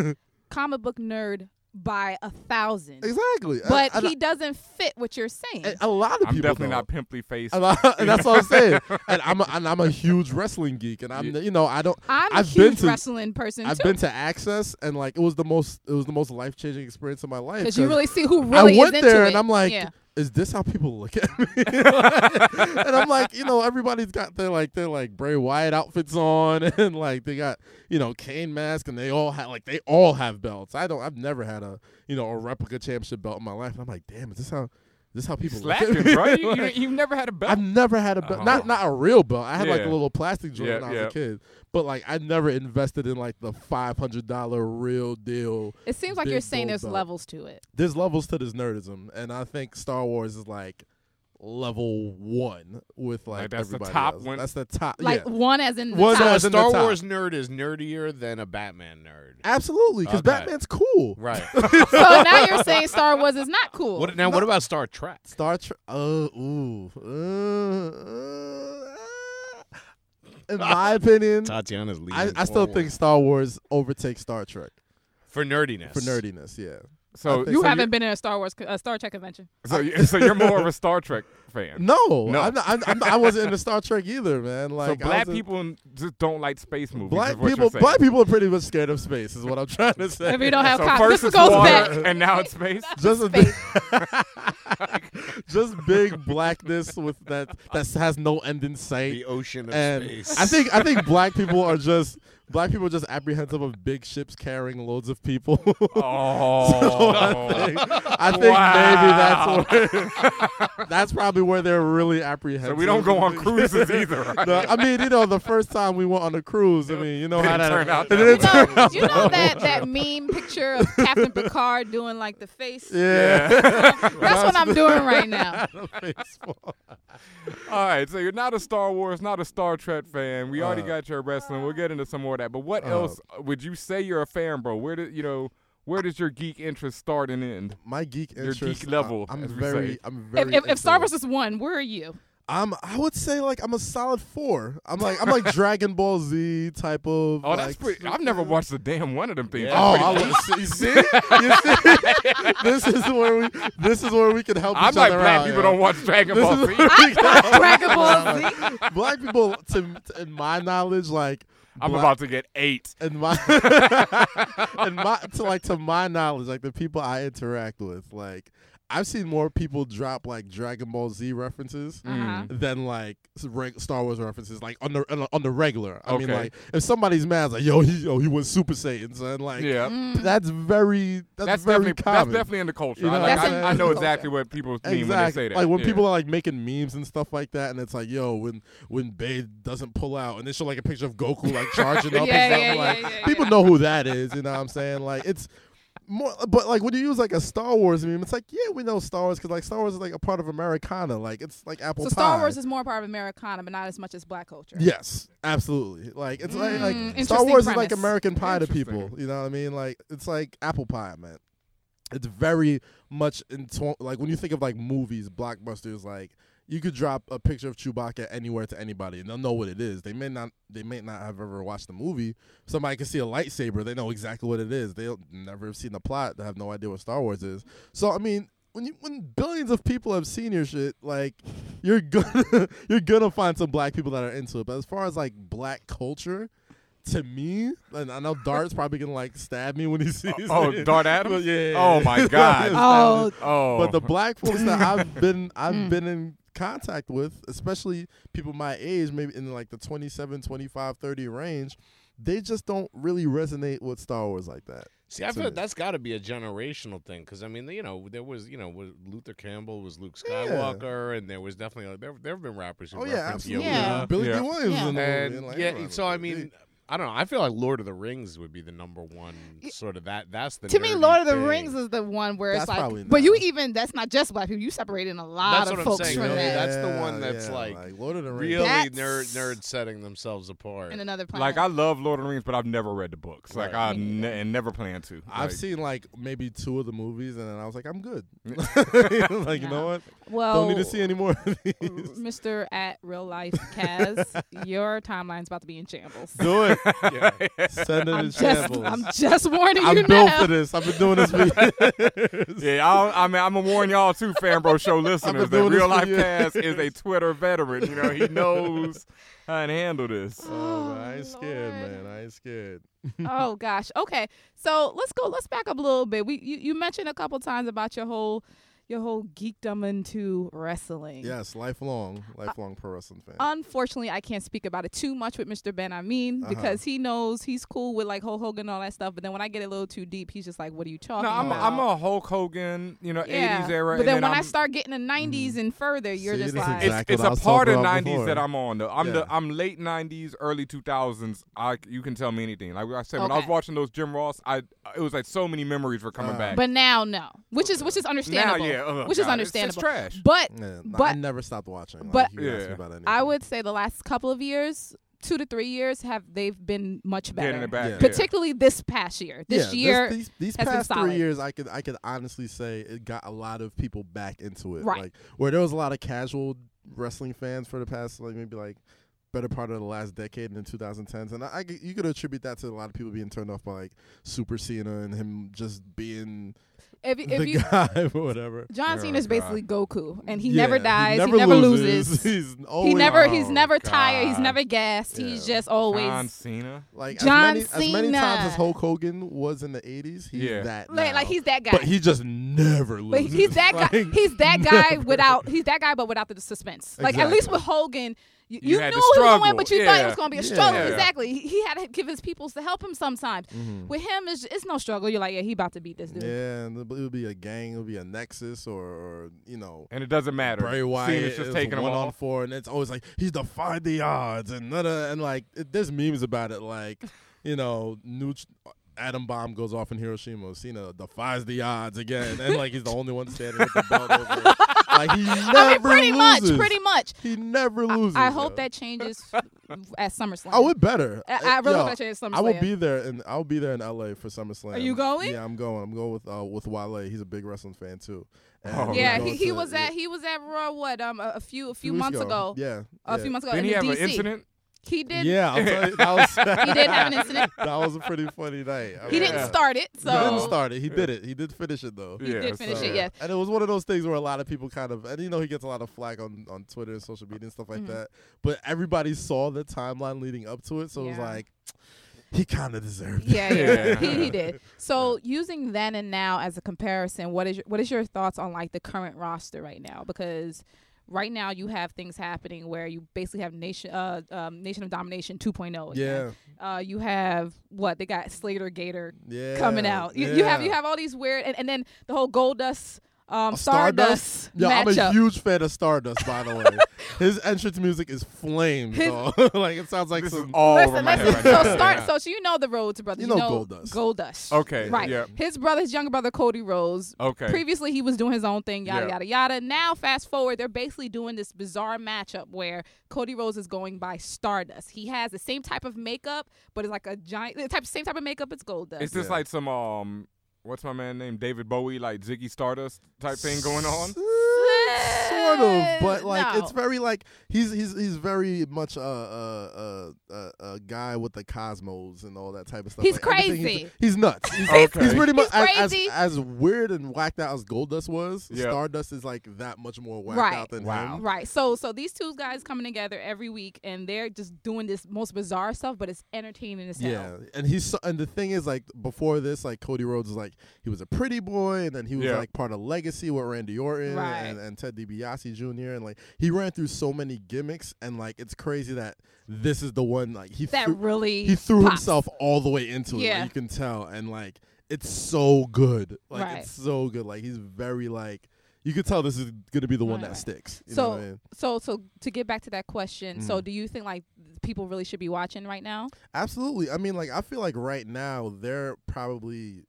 comic book nerd by a thousand,
[LAUGHS] Exactly. And-
but
and,
he doesn't fit what you're saying.
and oh, a lot of
I'm
people
definitely
don't.
not pimply faced.
And, I, [LAUGHS] and that's what
[LAUGHS]
I'm saying. And I'm a, and I'm a huge wrestling geek, and I'm you know I don't
I'm a
I've been
huge
to-
wrestling person
I've
too,
been to Access, and like it was the most it was the most life changing experience of my life.
because you
'cause-
really see who really
I went
is into
there
it.
and I'm like,
yeah.
is this how people look at me? [LAUGHS] and I'm like, you know, everybody's got their like their like Bray Wyatt outfits on, [LAUGHS] and like they got you know cane mask, and they all have like they all have belts. I don't, I've never had a you know a replica championship belt in my life, and I'm like, damn, is this how is this how people look at
Slacking,
me?
bro. You, you,
Like,
you've never had a belt.
[LAUGHS] I've never had a belt,
Oh.
not not a real belt. I had like a
Yeah.
little plastic joint
Yeah,
when I was
yeah.
a kid, but like I never invested in like the five hundred dollar real deal
It seems like
big
you're saying
gold
there's
belt.
levels to it.
there's levels to this nerdism, and I think Star Wars is like level one with like,
Like, that's the
everybody
top
else.
one?
That's the top.
Like
yeah,
one as in the
One
top.
So
as
a
it's in the
Star
top.
Wars nerd is nerdier than a Batman nerd.
absolutely, because
Okay.
Batman's cool.
Right.
so now you're saying Star Wars is not cool.
what, now, what about Star Trek?
Star Trek. Oh, ooh. Uh, uh,
[LAUGHS]
in my opinion,
Tatiana's leading.
I, I still
forward.
think Star Wars overtakes Star Trek
for nerdiness.
for nerdiness. Yeah.
so,
I
so
think
you
you're-
haven't been in a Star Wars, co- uh, Star Trek convention.
So, you- [LAUGHS] so you're more of a Star Trek fan.
No,
No.
I'm not, I'm, I'm not, I wasn't into Star Trek either, man. Like
so
I
black
was in-
people just don't like space movies. is
Black
what you're
people,
saying.
black people are pretty much scared of space, is what I'm [LAUGHS] trying to say.
If you don't have
So
cock-
first
this
it's
goes
water,
back.
and now it's
[LAUGHS]
space.
just a big, [LAUGHS] just
[LAUGHS]
big blackness with that that has no end in sight.
The ocean of
And
space.
I think I
[LAUGHS]
think black people are just black people are just apprehensive of big ships carrying loads of people. [LAUGHS] So I
Oh,
think, I think maybe that's where, [LAUGHS] that's probably where they're really apprehensive.
so we don't
[LAUGHS]
go on cruises either. Right?
No, I mean, you know, the first time we went on a cruise, I mean, you know how
Didn't
that
turn out
it
that
didn't
way.
No,
[LAUGHS]
turn [LAUGHS] out
you know that that meme picture of Captain Picard doing like the face.
yeah. [LAUGHS]
That's what I'm doing right now.
All right, so you're not a Star Wars, not a Star Trek fan. We already
Uh.
got your wrestling. We'll get into some more of that. But what
Uh.
else would you say you're a fan, bro? Where did you know? Where does your geek interest start and end?
My geek
Your geek
interest. I-
level,
I'm
as we
very.
say.
I'm very.
If, if, if
into
Star
it.
Wars is one, where are you?
I'm I would say like I'm a solid four. I'm
[LAUGHS]
like I'm like Dragon Ball Z type of.
Oh, that's
like-
pretty. I've never watched a damn one of them things.
Oh,
Yeah.
I love, you see, you see, [LAUGHS] this is where we this is where we can help
I'm
each
like
other
black
out.
people
yo.
don't
[LAUGHS]
watch Dragon
This
Ball
is-
Z.
I thought Dragon Ball Z.
Black people, to, to- in my knowledge, like
I'm
black-
about to get eight.
in my [LAUGHS] in my to like to my knowledge, like the people I interact with, like I've seen more people drop like Dragon Ball Z references
Uh-huh.
Mm-hmm.
than like s- reg- Star Wars references, like on the on the- on the regular. I mean,
Okay.
like if somebody's mad, it's like yo, he yo, he went Super Saiyan, son. Like
Yeah.
[CLEARS THROAT]
Mm.
that's very that's,
That's
very
definitely that's
common.
definitely in the culture.
You know
I,
what
like,
I'm
I-
saying?
I know
That's in the
exactly what people mean when they
Exactly.
say that.
Like when
Yeah.
people [LAUGHS] are like making memes and stuff like that, and it's like, yo, when when Bay doesn't pull out, and they show like a picture of Goku like
[LAUGHS]
charging up.
Yeah,
and something,
yeah, yeah,
like,
yeah,
people
yeah.
know who that is. You know what I'm saying? Like it's more, but like when you use like a Star Wars meme, it's like, yeah, we know Star Wars because like Star Wars is like a part of Americana. Like it's like apple
So
pie.
Star Wars is more part of Americana, but not as much as Black culture.
Yes, absolutely. Like it's like, like
Mm,
Star
interesting
Wars is like
premise.
American pie to
Interesting.
people. You know what I mean? Like it's like apple pie, man. It's very much in like when you think of like movies, blockbusters. Like you could drop a picture of Chewbacca anywhere to anybody, and they'll know what it is. They may not, they may not have ever watched the movie. Somebody can see a lightsaber, they know exactly what it is. They'll never have seen the plot. They have no idea what Star Wars is. So I mean, when you when billions of people have seen your shit, like you're gonna [LAUGHS] you're gonna find some black people that are into it. But as far as like black culture, to me, and I know
[LAUGHS]
Dart's probably gonna like stab me when he sees
oh,
it.
Dart Adams.
Yeah, yeah, yeah.
Oh
[LAUGHS]
my God.
Oh,
oh,
But
[LAUGHS]
the black folks that I've been I've been in contact with, especially people my age, maybe in like the 27, 25, 30 range, they just don't really resonate with Star Wars like that.
See, I
to
feel
me.
that's got to be a generational thing because I mean, you know, there was you know was Luther Campbell was Luke Skywalker, and there was definitely there there have been rappers who
Oh yeah,
reference
absolutely.
Yeah.
Yoda.
Billy
Yeah.
D.
Yeah.
Williams was in the movie,
And
and, like,
yeah,
everybody
so I
was big.
mean, I don't know. I feel like Lord of the Rings would be the number one sort of that. That's the
To me,
nerdy
Lord of the
thing.
Rings is the one where
That's
it's
probably
like, but you
not.
even that's not just black people. You separating a lot
That's
of
what I'm
folks
saying,
from
really.
that
That's the one that's, like,
Lord of the Rings.
really
That's-
nerd nerd setting themselves apart.
in another planet.
Like I love Lord of the Rings, but I've never read the books. Like
Right.
I ne- and never plan to.
I've
Like,
seen like maybe two of the movies, and then I was like, I'm
[LAUGHS]
good. [LAUGHS] like you
Yeah. Oh.
know what?
well,
Don't need to see any more of these.
Mr. at real life Kaz, your timeline's about to be in shambles.
[LAUGHS] Do it. [LAUGHS] Send it
I'm
in
just,
shambles.
I'm just [LAUGHS] warning
I'm
you
built
now.
for this. I've been
[LAUGHS]
doing this for
Yeah, I, I mean, I'm gonna warn y'all too, Fanbro
[LAUGHS]
Show listeners, that
doing this
real
for
life
years.
Cass is a Twitter veteran. You know, he knows how to handle this.
[LAUGHS] Oh, man, I ain't scared,
Lord.
man. I ain't scared.
[LAUGHS] oh gosh. Okay. So let's go. Let's back up a little bit. We you, you mentioned a couple times about your whole your whole geekdom into wrestling.
Yes, lifelong, lifelong pro wrestling fan.
Uh, Unfortunately, I can't speak about it too much with Mr. Ben. I mean,
Uh-huh.
because he knows he's cool with like Hulk Hogan and all that stuff. But then when I get a little too deep, he's just like, "What are you talking
No, I'm,
about?"
I'm a Hulk Hogan, you know,
yeah.
80s era.
But
and
then, when
I'm,
i start getting the 90s and further, you're
Mm. See,
just
this is
like,
exactly
it's,
what I
it's
was
a part
talking
of
about
90s
before.
that I'm on though. I'm
Yeah.
the I'm late 90s, early 2000s. I you can tell me anything. Like I said, when I was
Okay.
watching those Jim Ross, I it was like so many memories were coming
Uh,
back.
but now no, which is which is
now,
understandable.
yeah, oh,
which
God,
is understandable.
It's, it's trash.
But
yeah, no, I
but-
never stopped watching. Like,
but-
you asked me
Yeah.
about anything.
I would say the last couple of years, two to three years, have they've been much better.
Getting it back.
Yeah.
yeah.
Particularly this past year.
Yeah,
This year,
these, these
has been
past
solid.
three years, I could I could honestly say it got a lot of people back into it.
Right.
Like where there was a lot of casual wrestling fans for the past like maybe like better part of the last decade and the 2010s, and I, I could- you could attribute that to a lot of people being turned off by like Super Cena and him just being
if, if
the
you
[LAUGHS] guy or whatever.
John
Oh,
Cena's
God.
basically Goku, and he
Yeah,
never dies, he never, loses.
[LAUGHS] he's
He
always
never, he's
Oh,
never tired. He's
God.
never gassed. He's
Yeah.
just always
John Cena.
like
John
as many, as many times
Cena.
as Hulk Hogan was in the 80s. He's
Yeah.
that
like, like
now.
he's that guy.
But he just never
But
loses.
he's
[LAUGHS]
that guy.
Mm-hmm. Like,
He's that guy
never.
without. He's that guy, but without the suspense. Like at least
Exactly.
with Hogan, you,
You
you,
had
knew
to
he was going to win,
struggle.
but you thought it
Yeah.
was going to be a
Yeah.
struggle.
Yeah.
Exactly. He, he had to give his peoples to help him sometimes.
Mhm.
With him, it's, it's no struggle. You're like, yeah, he about to beat this dude.
Yeah, and it would be a gang, it would be a Nexus, or, or you know,
And it doesn't matter.
Bray Wyatt
Cena's just
is
taking him
one on
off.
four, and it's always like he's defied the odds, and da- da- and like it, there's memes about
[LAUGHS]
it, like you know, new atom bomb goes off in Hiroshima, Cena defies the odds again, and like he's the only one standing with the belt over, like he never
[LAUGHS] I mean, pretty
loses.
much, pretty much.
he never loses.
I
yo.
hope that
[LAUGHS]
changes at SummerSlam.
I would better.
I, I really
Yo,
hope that changes at SummerSlam.
I will be there, and I'll be there in LA for SummerSlam.
Are you going?
Yeah, I'm going. I'm going with uh, with Wale. He's a big wrestling fan too. And
Oh,
we're
Yeah,
going
he, he
to-
was
yeah,
at he was at Raw what um a, a few a few
weeks
months ago,
Yeah,
a
yeah.
few months ago
Didn't he
in
have an
DC.
incident?
He did.
Yeah, I'll tell you, that
[LAUGHS]
was [LAUGHS]
He did have an incident.
that was a pretty funny night. I
He
mean,
didn't
Yeah.
start it. So
He didn't start it. He did it. He did finish it though.
He did finish it, yes.
And it was one of those things where a lot of people kind of, and you know, he gets a lot of flack on, on Twitter and social media and stuff like
Mhm.
that. But everybody saw the timeline leading up to it, so it was
Yeah.
like, he kind of deserved it.
yeah, yeah.
Yeah.
he, he did. So using then and now as a comparison, what is your, what is your thoughts on like the current roster right now? Because right now you have things happening where you basically have nation uh, um, nation of domination 2.0. Again.
Yeah,
Yeah. Uh, you have what they got Slater Gator
yeah.
coming out. You, you have
yeah.
you have all these weird and, and then the whole Gold Dust um, Stardust,
Stardust? Yo, I'm
matchup.
a huge fan of Stardust, by the way.
[LAUGHS]
His entrance music is flames,
His-
dog. [LAUGHS] like it sounds like
This is
some.
all over
Listen,
my
listen.
head.
So
right now.
start.
Yeah.
So, so you know the Rhodes brothers.
You
You,
know
know
Goldust.
Goldust.
Okay,
Right.
yeah.
His brother, his younger brother Cody Rhodes,
Okay.
previously he was doing his own thing yada
Yeah.
yada yada now fast forward they're basically doing this bizarre matchup where cody rose is going by stardust he has the same type of makeup but it's like a giant the type same type of makeup as gold
Is
dust
this
Yeah.
like some um, what's my man name? David Bowie, like Ziggy Stardust type thing going on?
Sort of, but like
No.
it's very like he's he's he's very much a a, a, a, a guy with the cosmos and all that type of stuff.
He's
Like, everything
crazy.
He's, he's nuts. He's,
Okay.
he's pretty much
He's
as,
crazy.
as as weird and whacked out as Goldust was.
Yeah.
Stardust is like that much more whacked
Right.
out than
Wow.
him.
right so so these two guys coming together every week and they're just doing this most bizarre stuff but it's entertaining as hell
Yeah, and he's so, and the thing is like before this, like Cody Rhodes was like he was a pretty boy, and then he was
Yeah.
like part of Legacy with Randy Orton
Right.
and, and Ted DiBiase, Takashi Jr. and like he ran through so many gimmicks and like it's crazy that this is the one like he
that
threw,
really
he threw
pops.
himself all the way into it.
Yeah.
Like, you can tell, and like it's so good. Like
Right.
it's so good. Like he's very like you could tell this is gonna be the one
Right,
that
right.
sticks. You know
So,
what I mean?
so, so to get back to that question,
Mm.
so do you think like people really should be watching right now?
Absolutely. I mean, like I feel like right now they're probably.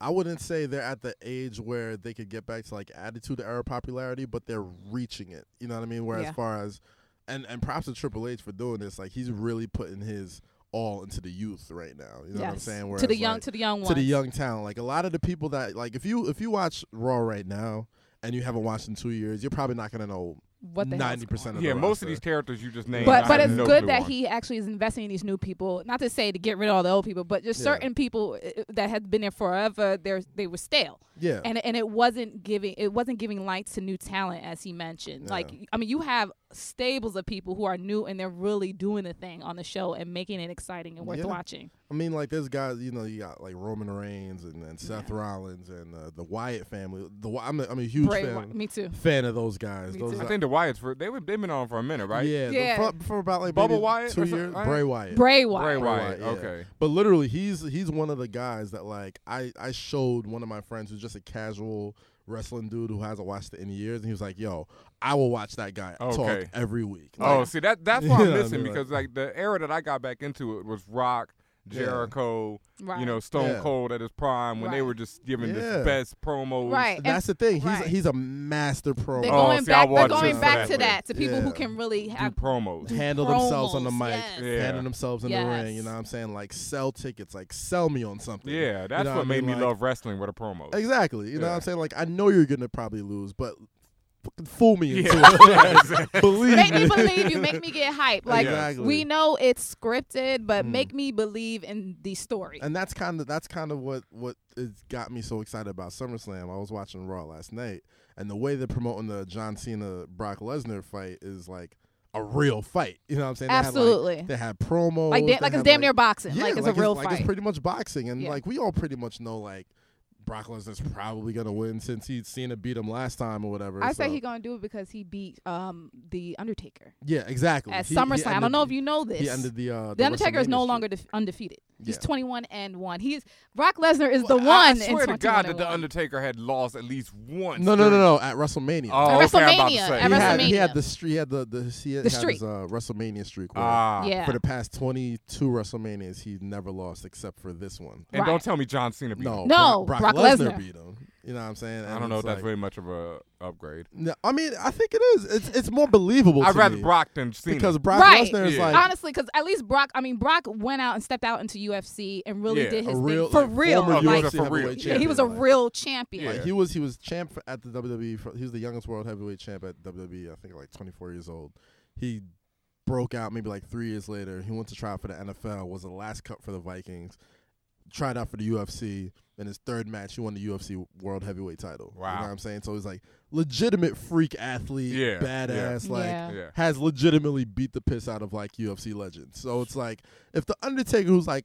I wouldn't say they're at the age where they could get back to like attitude era popularity, but they're reaching it. You know what I mean? Where
Yeah.
as far as and and props to Triple H for doing this. Like he's really putting his all into the youth right now. You know what I'm saying? Whereas,
to the young,
like,
to the young ones.
to the young talent. Like a lot of the people that like if you if you watch Raw right now and you haven't watched in two years, you're probably not gonna know
what the hell's
ninety percent of
Yeah,
the
most of
roster.
these characters you just named.
But
I
but
have
it's
no
good
clue
that
on.
he actually is investing in these new people. Not to say to get rid of all the old people, but just
Yeah.
certain people uh, that had been there forever. They they were stale,
yeah
and and it wasn't giving it wasn't giving light to new talent as he mentioned. Like I mean, you have stables of people who are new and they're really doing the thing on the show and making it exciting and worth
Yeah.
watching.
I mean, like there's guys, you know, you got like Roman Reigns and, and Seth Rollins and uh, the Wyatt family. The Wy- I'm a, I'm a huge
Bray
fan,
Wy- me too.
fan of those guys.
Me
Those
too.
I
are-
think the Wyatts for they were they've been on for a minute, right?
yeah, the-
Yeah.
for, for about like
Bubba
maybe
Wyatt
two
or some-
years.
Wyatt?
Bray Wyatt.
Bray
Bray
Wyatt.
Wyatt.
yeah.
Okay.
But literally, he's he's one of the guys that like I I showed one of my friends who's just a casual wrestling dude who hasn't watched it in years, and he was like, "Yo, I will watch that guy
Okay.
talk every week." Like,
Oh, see that
[LAUGHS]
that's
You
what
know
I'm
what I
missing
mean?
because like the era that I got back into it was Rock,
Yeah.
Jericho,
Right.
you know, Stone
Yeah.
Cold at his prime when they
Right.
were just giving
Yeah.
the best promos.
Right. and
that's the thing. He's
right.
he's a master pro.
They're
Oh,
going
see, I
back. They're
watched
it
going
for
back to
that.
that to people who
Yeah.
can really
Do
have
promos.
handle themselves on the
promos,
mic,
yes.
Yeah.
handle themselves in the ring. You
Yes.
know what I'm saying? Like sell tickets, like sell me on something.
Yeah,
You
that's
know
what
I
made me
mean? Like-
love wrestling with a promo. [LAUGHS]
Exactly. You know what
Yeah.
I'm saying? Like I know you're gonna probably lose, but fucking fool me into
[LAUGHS]
it. Believe
make
[LAUGHS]
me
me.
believe you. Make me get hype. Like
Exactly.
we know it's scripted, but
Mm.
make me believe in the story.
And that's kind of that's kind of what what has got me so excited about SummerSlam. I was watching Raw last night, and the way they're promoting the John Cena Brock Lesnar fight is like a real fight. You know what I'm saying? They had, like-
Absolutely.
They had, promos.
like da-
they
like it's
had,
damn
like-
near boxing.
Yeah,
like it's a real
like
fight.
it's pretty much boxing, and
Yeah.
like we all pretty much know like Brock Lesnar's probably gonna win since he's seen it beat him last time or whatever.
I say
so-
he gonna do it because he beat um the Undertaker
yeah, exactly.
at
He- he
SummerSlam. I
ended-
don't know if you know this.
He ended the uh,
the Undertaker is
WrestleMania
no
streak.
longer def- undefeated. He's
Yeah.
21 and one. He's Brock Lesnar is [LAUGHS] the
Well,
one.
I- I
in
swear to
21
God that
and
the
one.
Undertaker had lost at least once.
No, no, no,
during-
no. At WrestleMania.
Oh,
At
okay, I'm about to say.
WrestleMania, at
he had, he
WrestleMania.
had the streak. He had the, the he had,
The
had
streak.
his uh, WrestleMania streak. where
Ah.
yeah.
For the past twenty two WrestleManias, he never lost except for this one.
And
Right.
don't tell me John Cena beat
No,
him.
No,
Brock,
Brock
Lesnar
Lesnar.
beat him. You know what I'm saying?
I
And
don't know
it's
if that's
like-
very much of a upgrade.
No, I mean, I think it is. It's it's more believable.
I'd
to
rather
me
Brock than Cena.
because Brock
Right.
Lesnar is
Yeah.
like
Honestly, because at least Brock, I mean Brock went out and stepped out into UFC and really
Yeah,
did his
a real
thing for
like,
real.
former
Oh, he
Like,
was
UFC
a for real.
heavyweight
yeah, he was a
champion, like-
real champion.
Like,
Yeah.
he was he was champ for- at the WWE. For, he was the youngest world heavyweight champ at WWE. I think like 24 years old. He broke out maybe like three years later. He went to try out for the NFL. Was the last cut for the Vikings. Tried out for the UFC. In his third match, he won the UFC world heavyweight title. You
Wow.
know what I'm saying? So he's like legitimate freak athlete,
Yeah, yeah.
badass. Like
Yeah.
yeah.
has legitimately beat the piss out of like UFC legends. So it's like if the Undertaker, who's like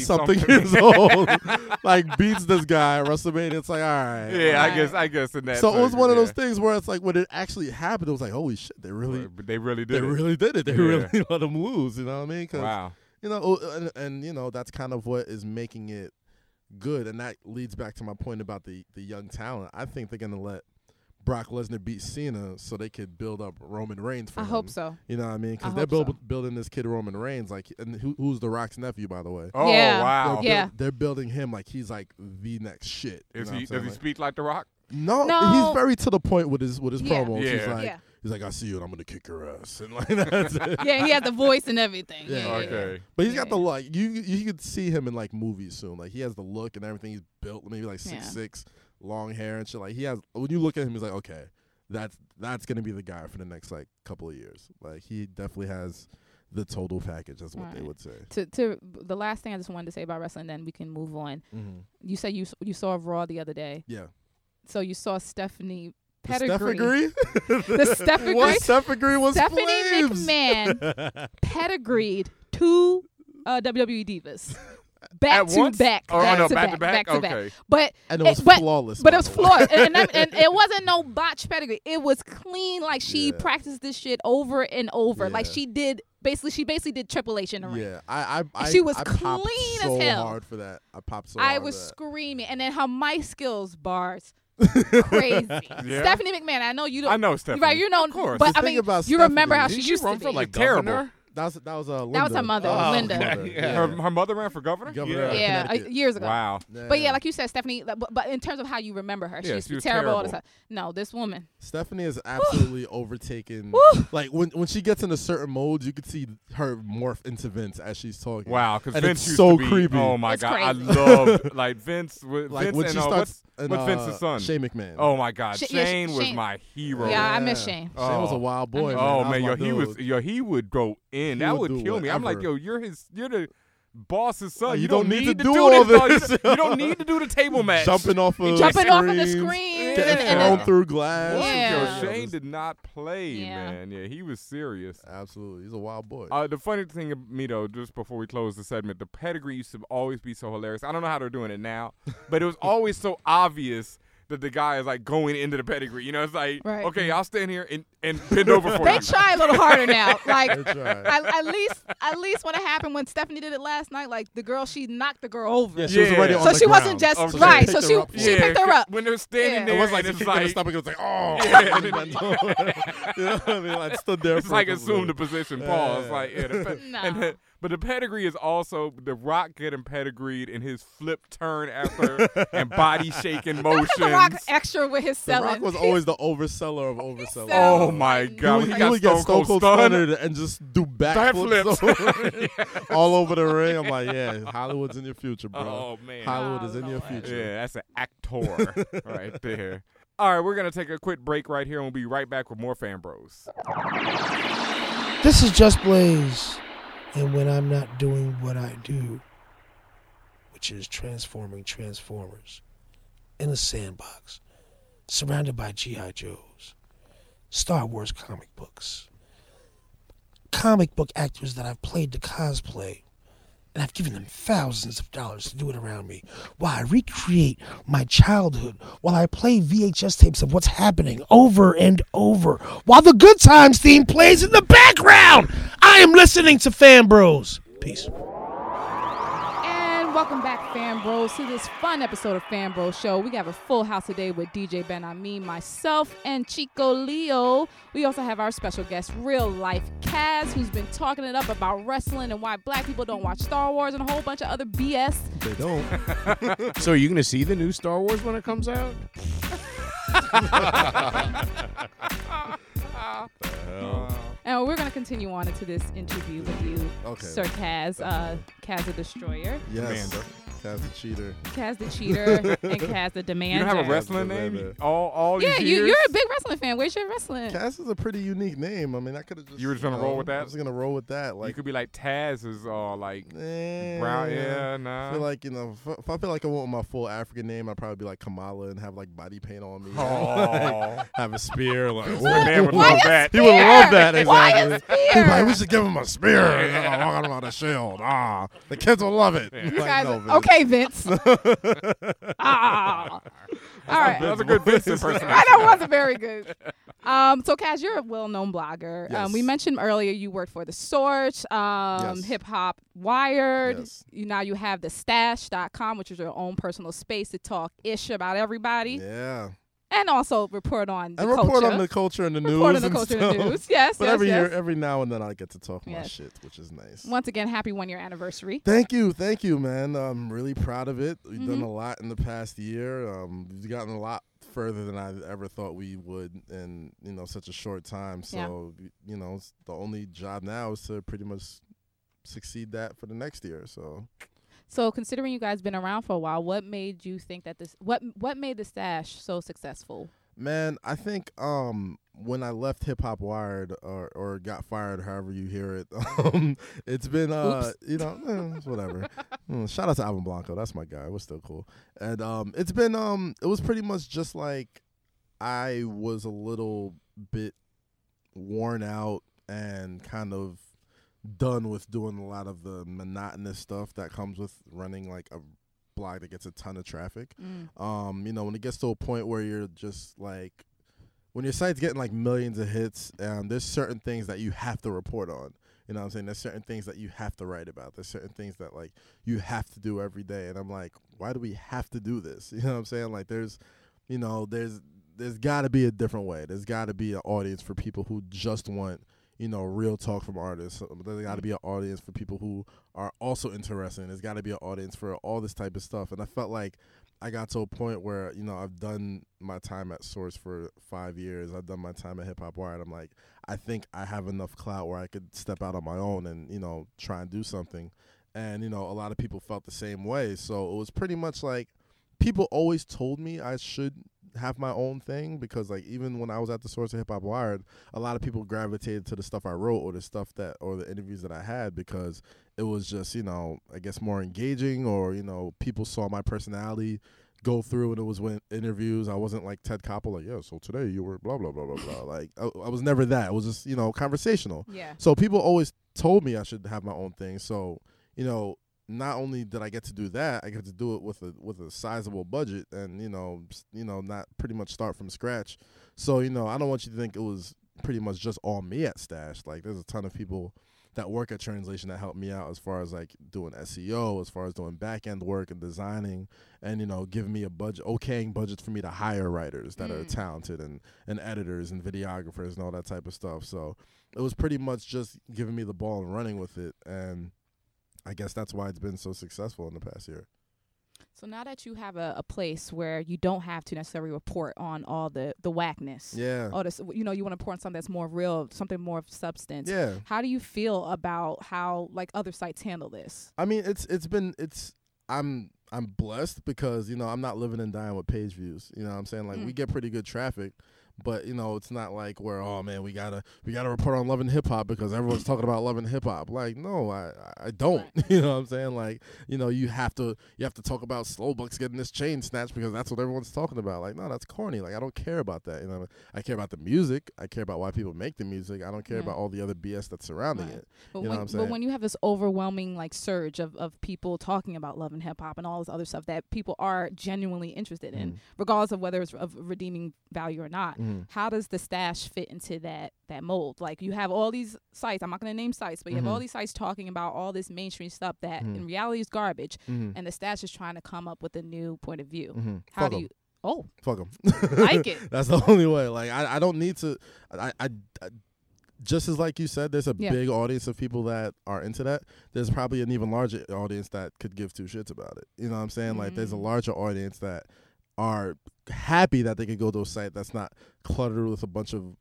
50
something
something.
years old, [LAUGHS] like beats this guy at WrestleMania, it's like all right.
Yeah, I
Right.
guess I guess in that.
So it was one of
yeah.
those things where it's like when it actually happened, it was like holy shit, they really,
But they really
they
did. it.
really did it. They
Yeah.
really [LAUGHS] let him lose. You know what I mean? 'Cause,
wow.
You know, oh, and, and you know that's kind of what is making it good, and that leads back to my point about the the young talent. I think they're gonna let. Brock Lesnar beat Cena so they could build up Roman Reigns for
I
him.
hope so.
You know what I mean? Because
I
they're
hope
build,
so.
building this kid Roman Reigns, like, and who, who's The Rock's nephew, by the way.
Oh
Yeah.
wow.
They're, buil-
Yeah.
they're building him like he's like the next shit. you
Is
know what
he
I'm saying?
does he
Like-
speak like The Rock?
no,
No.
he's very to the point with his with his
Yeah.
promos. He's
Yeah.
like,
Yeah.
he's like, I see you, and I'm gonna kick your ass, [LAUGHS] and like that's it.
yeah, he had the voice and everything.
Yeah.
Yeah, yeah, yeah.
Okay.
But he's got the
Yeah.
like you you could see him in like movies soon. Like he has the look and everything. He's built maybe like six
Yeah.
six, long hair and shit. Like he has. When you look at him, he's like, okay, that's that's gonna be the guy for the next like couple of years. Like he definitely has the total package. That's what they
Right.
would say.
To to the last thing I just wanted to say about wrestling, then we can move on.
Mm-hmm.
You said you s- you saw Raw the other day,
Yeah.
so you saw Stephanie [LAUGHS]
The
Pettigrew.
Stephagree?
The Stephagree-
[LAUGHS] What? Stephagree was
Stephanie
flames.
McMahon pedigreed two uh, WWE divas. back
At
to
once?
back,
Oh,
back,
no,
to
back
back,
to back?
back to back.
Okay.
But
And it was
but,
flawless,
But
by
it was
the way.
flawless, and, and,
[LAUGHS]
and it wasn't no botch pedigree. It was clean. Like she
Yeah.
practiced this shit over and over. Like
Yeah.
she did. Basically, she basically did Triple H in the ring.
Yeah, I, I, I
she was
I popped
clean as
so
hell.
Hard for that, I popped so.
I
hard
was
for that.
screaming, and then her mic skills
[LAUGHS]
bars. Crazy. Stephanie McMahon. I know you don't.
I know Stephanie.
Right, you know,
course.
but
The
I
thing
mean,
about
you remember
Stephanie-
how she
Did she
used
run
to
for
be.
like
Terrible.
governor?
That was that was uh, Linda.
was her mother,
Oh,
Linda.
Governor,
Yeah.
Her, her mother ran for governor?
Governor
Yeah.
of
yeah, uh,
Connecticut.
years ago.
Wow.
But yeah, like you said, Stephanie. like, But, but in terms of how you remember her,
Yeah,
she used
she
to be
was
terrible, all the
terrible.
time. No, this woman. [GASPS]
Stephanie is absolutely overtaken. Like when when she gets in a certain mode, you could see her morph into Vince as she's talking.
Wow, because
And
Vince
it's
used
so
to be,
creepy.
Oh my
It's
god, I
crazy. [LAUGHS]
love like Vince. With,
Like
Vince
when
and,
she
uh,
starts,
what's,
and,
what's
uh,
Vince's son?
Shay McMahon.
Oh my god,
Sh- yeah,
Shane
Sh-
was
Shane-
my hero.
Yeah, I miss Shane.
Shane was a
Oh.
wild boy.
Oh
man, That
man, yo,
was my
he was,
dude.
yo, he would go in. that
would
would,
do
kill me. I'm like, yo,
whatever. Oh,
you're his, you're the boss's son.
Like,
you, don't, need, to, do, all this. dog. [LAUGHS] You, don't need to do the table match.
[LAUGHS] jumping off of
Jumping off of the
screens,
screen.
Yeah.
getting
and
thrown
then-
through glass.
Boy,
Yeah.
Yo, Shane did not play,
Yeah.
man. Yeah, he was serious.
Absolutely, he's a wild boy.
Uh, the funny thing, of me though, just before we close the segment, the pedigree used to always be so hilarious. I don't know how they're doing it now, but it was always so obvious that the guy is like going into the pedigree. You know, it's like,
Right. Mm-hmm.
okay, I'll stand here and, and bend over for
they
you.
try a little harder now. Like
That's right.
at, at least, at least when it happened when Stephanie did it last night, like the girl, she knocked the girl over.
Yeah, she was
Yeah.
already on
so
the
she
ground.
wasn't just
Okay.
right. So
She picked
she
her up.
she
Yeah,
picked her up.
when they're standing
Yeah.
there.
It was like
and
she
it's
kicked in the
like,
stomach. It was like, oh,
Yeah.
you [LAUGHS] know what I mean? Like stood there.
it's
for a
like
couple
assume the
minutes.
position. Pause.
Yeah.
Like, yeah,
[LAUGHS]
the pe-
No.
and the- but the pedigree is also the Rock getting pedigreed in his flip turn
[LAUGHS]
after and body shaking motions.
That's the rock extra with his
The
selling.
Rock was
He-
always the overseller of oversellers.
sells
[LAUGHS] Oh my
like
He
God,
would,
when
he
got
would get
Stone
Stone
Cold
Cold
stunned.
stunnered and just do backflips
Backflips.
[LAUGHS]
[LAUGHS]
all over the ring. I'm like, yeah, Hollywood's in your future, bro.
Oh man.
Hollywood is
Oh,
in your
Lord.
future.
Yeah, that's an
[LAUGHS]
actor right there. All right, we're gonna take a quick break right here, and we'll be right back with more Fan Bros.
This is Just Blaze, and when I'm not doing what I do, which is transforming Transformers in a sandbox, surrounded by G.I. Joes, Star Wars comic books, comic book actors that I've played to cosplay, and I've given them thousands of dollars to do it around me, while I recreate my childhood, while I play VHS tapes of what's happening over and over, while the Good Times theme plays in the background. I am listening to Fan Bros. Peace.
ah.
And welcome back, Fan Bros, to this fun episode of Fan Bros Show. We have a full house today with DJ Ben Amin, myself, and Chico Leo. We also have our special guest, real life Kaz, who's been talking it up about wrestling and why black people don't watch Star Wars and a whole bunch of other BS.
They don't.
So are you gonna see the new Star Wars when it comes out?
Uh, And we're going to continue on into this interview with you,
Okay.
Sir Kaz, uh, Kaz the Destroyer,
Yes.
Commander.
That's a cheater.
Kaz [LAUGHS] the Cheater, and Kaz the
You
Demander.
don't have a wrestling
Yeah,
name
baby.
all all
yeah,
these
you,
years?
you're a big wrestling fan. Where's your wrestling?
Cass is a pretty unique name. I mean, I could have just.
You were just gonna
know,
roll with that?
I was gonna roll with that.
You
Like,
could be like Taz is all like
eh,
brown. Yeah,
I
nah.
feel like you know, if, if I feel like I want my full African name, I'd probably be like Kamala and have like body paint on me.
oh,
[LAUGHS] have a spear.
[LAUGHS]
Like,
man would
Why
love
is
that.
He would love that.
Spear? Why is
Exactly. He'd be
spear?
like, we should give him a spear and have a walking around a shield. Ah, the kids will love it.
You
Like,
guys,
no, Vince.
okay, Vince. ah. All
That
right.
was a good Vince impersonation.
[LAUGHS] I know it wasn't very good. Um, so, Kaz, you're a well-known blogger. Um,
Yes.
we mentioned earlier you worked for The Source, um,
Yes.
Hip Hop Wired.
Yes.
You Now you have The Stash.com, which is your own personal space to talk ish about everybody
Yeah,
and also report on the
and
culture.
report on the culture and the news.
Report on the
and
culture and
stuff.
news. Yes,
[LAUGHS] But
yes,
every
yes.
year, every now and then, I get to talk my
Yes.
shit, which is nice.
Once again, happy one-year anniversary.
Thank you, thank you, man. I'm really proud of it. We've
Mm-hmm.
done a lot in the past year. Um, we've gotten a lot further than I ever thought we would in you know such a short time.
Yeah.
So y- you know, it's the only job now is to pretty much succeed that for the next year. So
So, considering you guys been around for a while, what made you think that this? What what made the stash so successful?
Man, I think um when I left Hip Hop Wired or or got fired, however you hear it, [LAUGHS] um, it's been uh you know eh, it's whatever. Mm, shout out to Alvin Blanco, that's my guy. We're still cool, and um it's been um it was pretty much just like I was a little bit worn out and kind of done with doing a lot of the monotonous stuff that comes with running like a blog that gets a ton of traffic. Um, you know, when it gets to a point where you're just like when your site's getting like millions of hits, um, there's certain things that you have to report on. You know what I'm saying? There's certain things that you have to write about. There's certain things that like you have to do every day. And I'm like, why do we have to do this? [LAUGHS] You know what I'm saying? Like there's you know, there's there's gotta be a different way. There's gotta be an audience for people who just want you know, real talk from artists. So There's got to be an audience for people who are also interested. There's got to be an audience for all this type of stuff. And I felt like I got to a point where you know I've done my time at Source for five years. I've done my time at Hip Hop Wired. I'm like, I think I have enough clout where I could step out on my own and you know try and do something. And you know, a lot of people felt the same way. So it was pretty much like people always told me I should have my own thing because like even when I was at the source of hip hop wired, a lot of people gravitated to the stuff I wrote or the stuff that or the interviews that I had because it was just, you know, I guess more engaging or, you know, people saw my personality go through and it was when interviews I wasn't like Ted Koppel like, yeah, so today you were blah blah blah blah blah. like I, I was never that. It was just, you know, conversational.
Yeah.
So people always told me I should have my own thing. So you know, not only did I get to do that, I get to do it with a with a sizable budget, and you know, s- you know, not pretty much start from scratch. So you know, I don't want you to think it was pretty much just all me at Stash. Like, there's a ton of people that work at Translation that helped me out as far as like doing SEO, as far as doing back end work and designing, and you know, giving me a budget, okaying budgets for me to hire writers that are talented and and editors and videographers and all that type of stuff. So it was pretty much just giving me the ball and running with it and. I guess that's why it's been so successful in the past year.
So now that you have a, a place where you don't have to necessarily report on all the the whackness,
Yeah.
all this, you know, you want to report on something that's more real, something more of substance.
Yeah.
How do you feel about how like other sites handle this?
I mean, it's it's been it's I'm I'm blessed because you know I'm not living and dying with page views. You know what I'm saying? Like
Mm.
we get pretty good traffic, but you know it's not like where oh man we gotta we gotta report on love and hip hop because everyone's talking about love and hip hop. Like no, I I don't. [LAUGHS] You know what I'm saying? Like you know you have to you have to talk about slow bucks getting this chain snatched because that's what everyone's talking about. Like no, that's corny. Like I don't care about that. You know I care about the music. I care about why people make the music. I don't care
Yeah.
about all the other BS that's surrounding
Right.
it.
But,
You know
when,
what I'm
but
saying?
when you have this overwhelming like surge of, of people talking about love and hip hop and all this other stuff that people are genuinely interested
Mm.
in, regardless of whether it's of redeeming value or not,
Mhm.
how does the stash fit into that that mold? Like you have all these sites, I'm not gonna name sites, but you
Mm-hmm.
have all these sites talking about all this mainstream stuff that in reality is garbage
Mhm.
and the stash is trying to come up with a new point of view.
Mhm.
How
Fuck
do
'em.
you Oh,
Fuck them.
like it.
[LAUGHS] That's the only way. Like I, I don't need to. I, I, I- just as like you said, there's a
Yeah.
big audience of people that are into that. There's probably an even larger audience that could give two shits about it. You know what I'm saying? Like there's a
Mm.
larger audience that are happy that they could go to a site that's not cluttered with a bunch of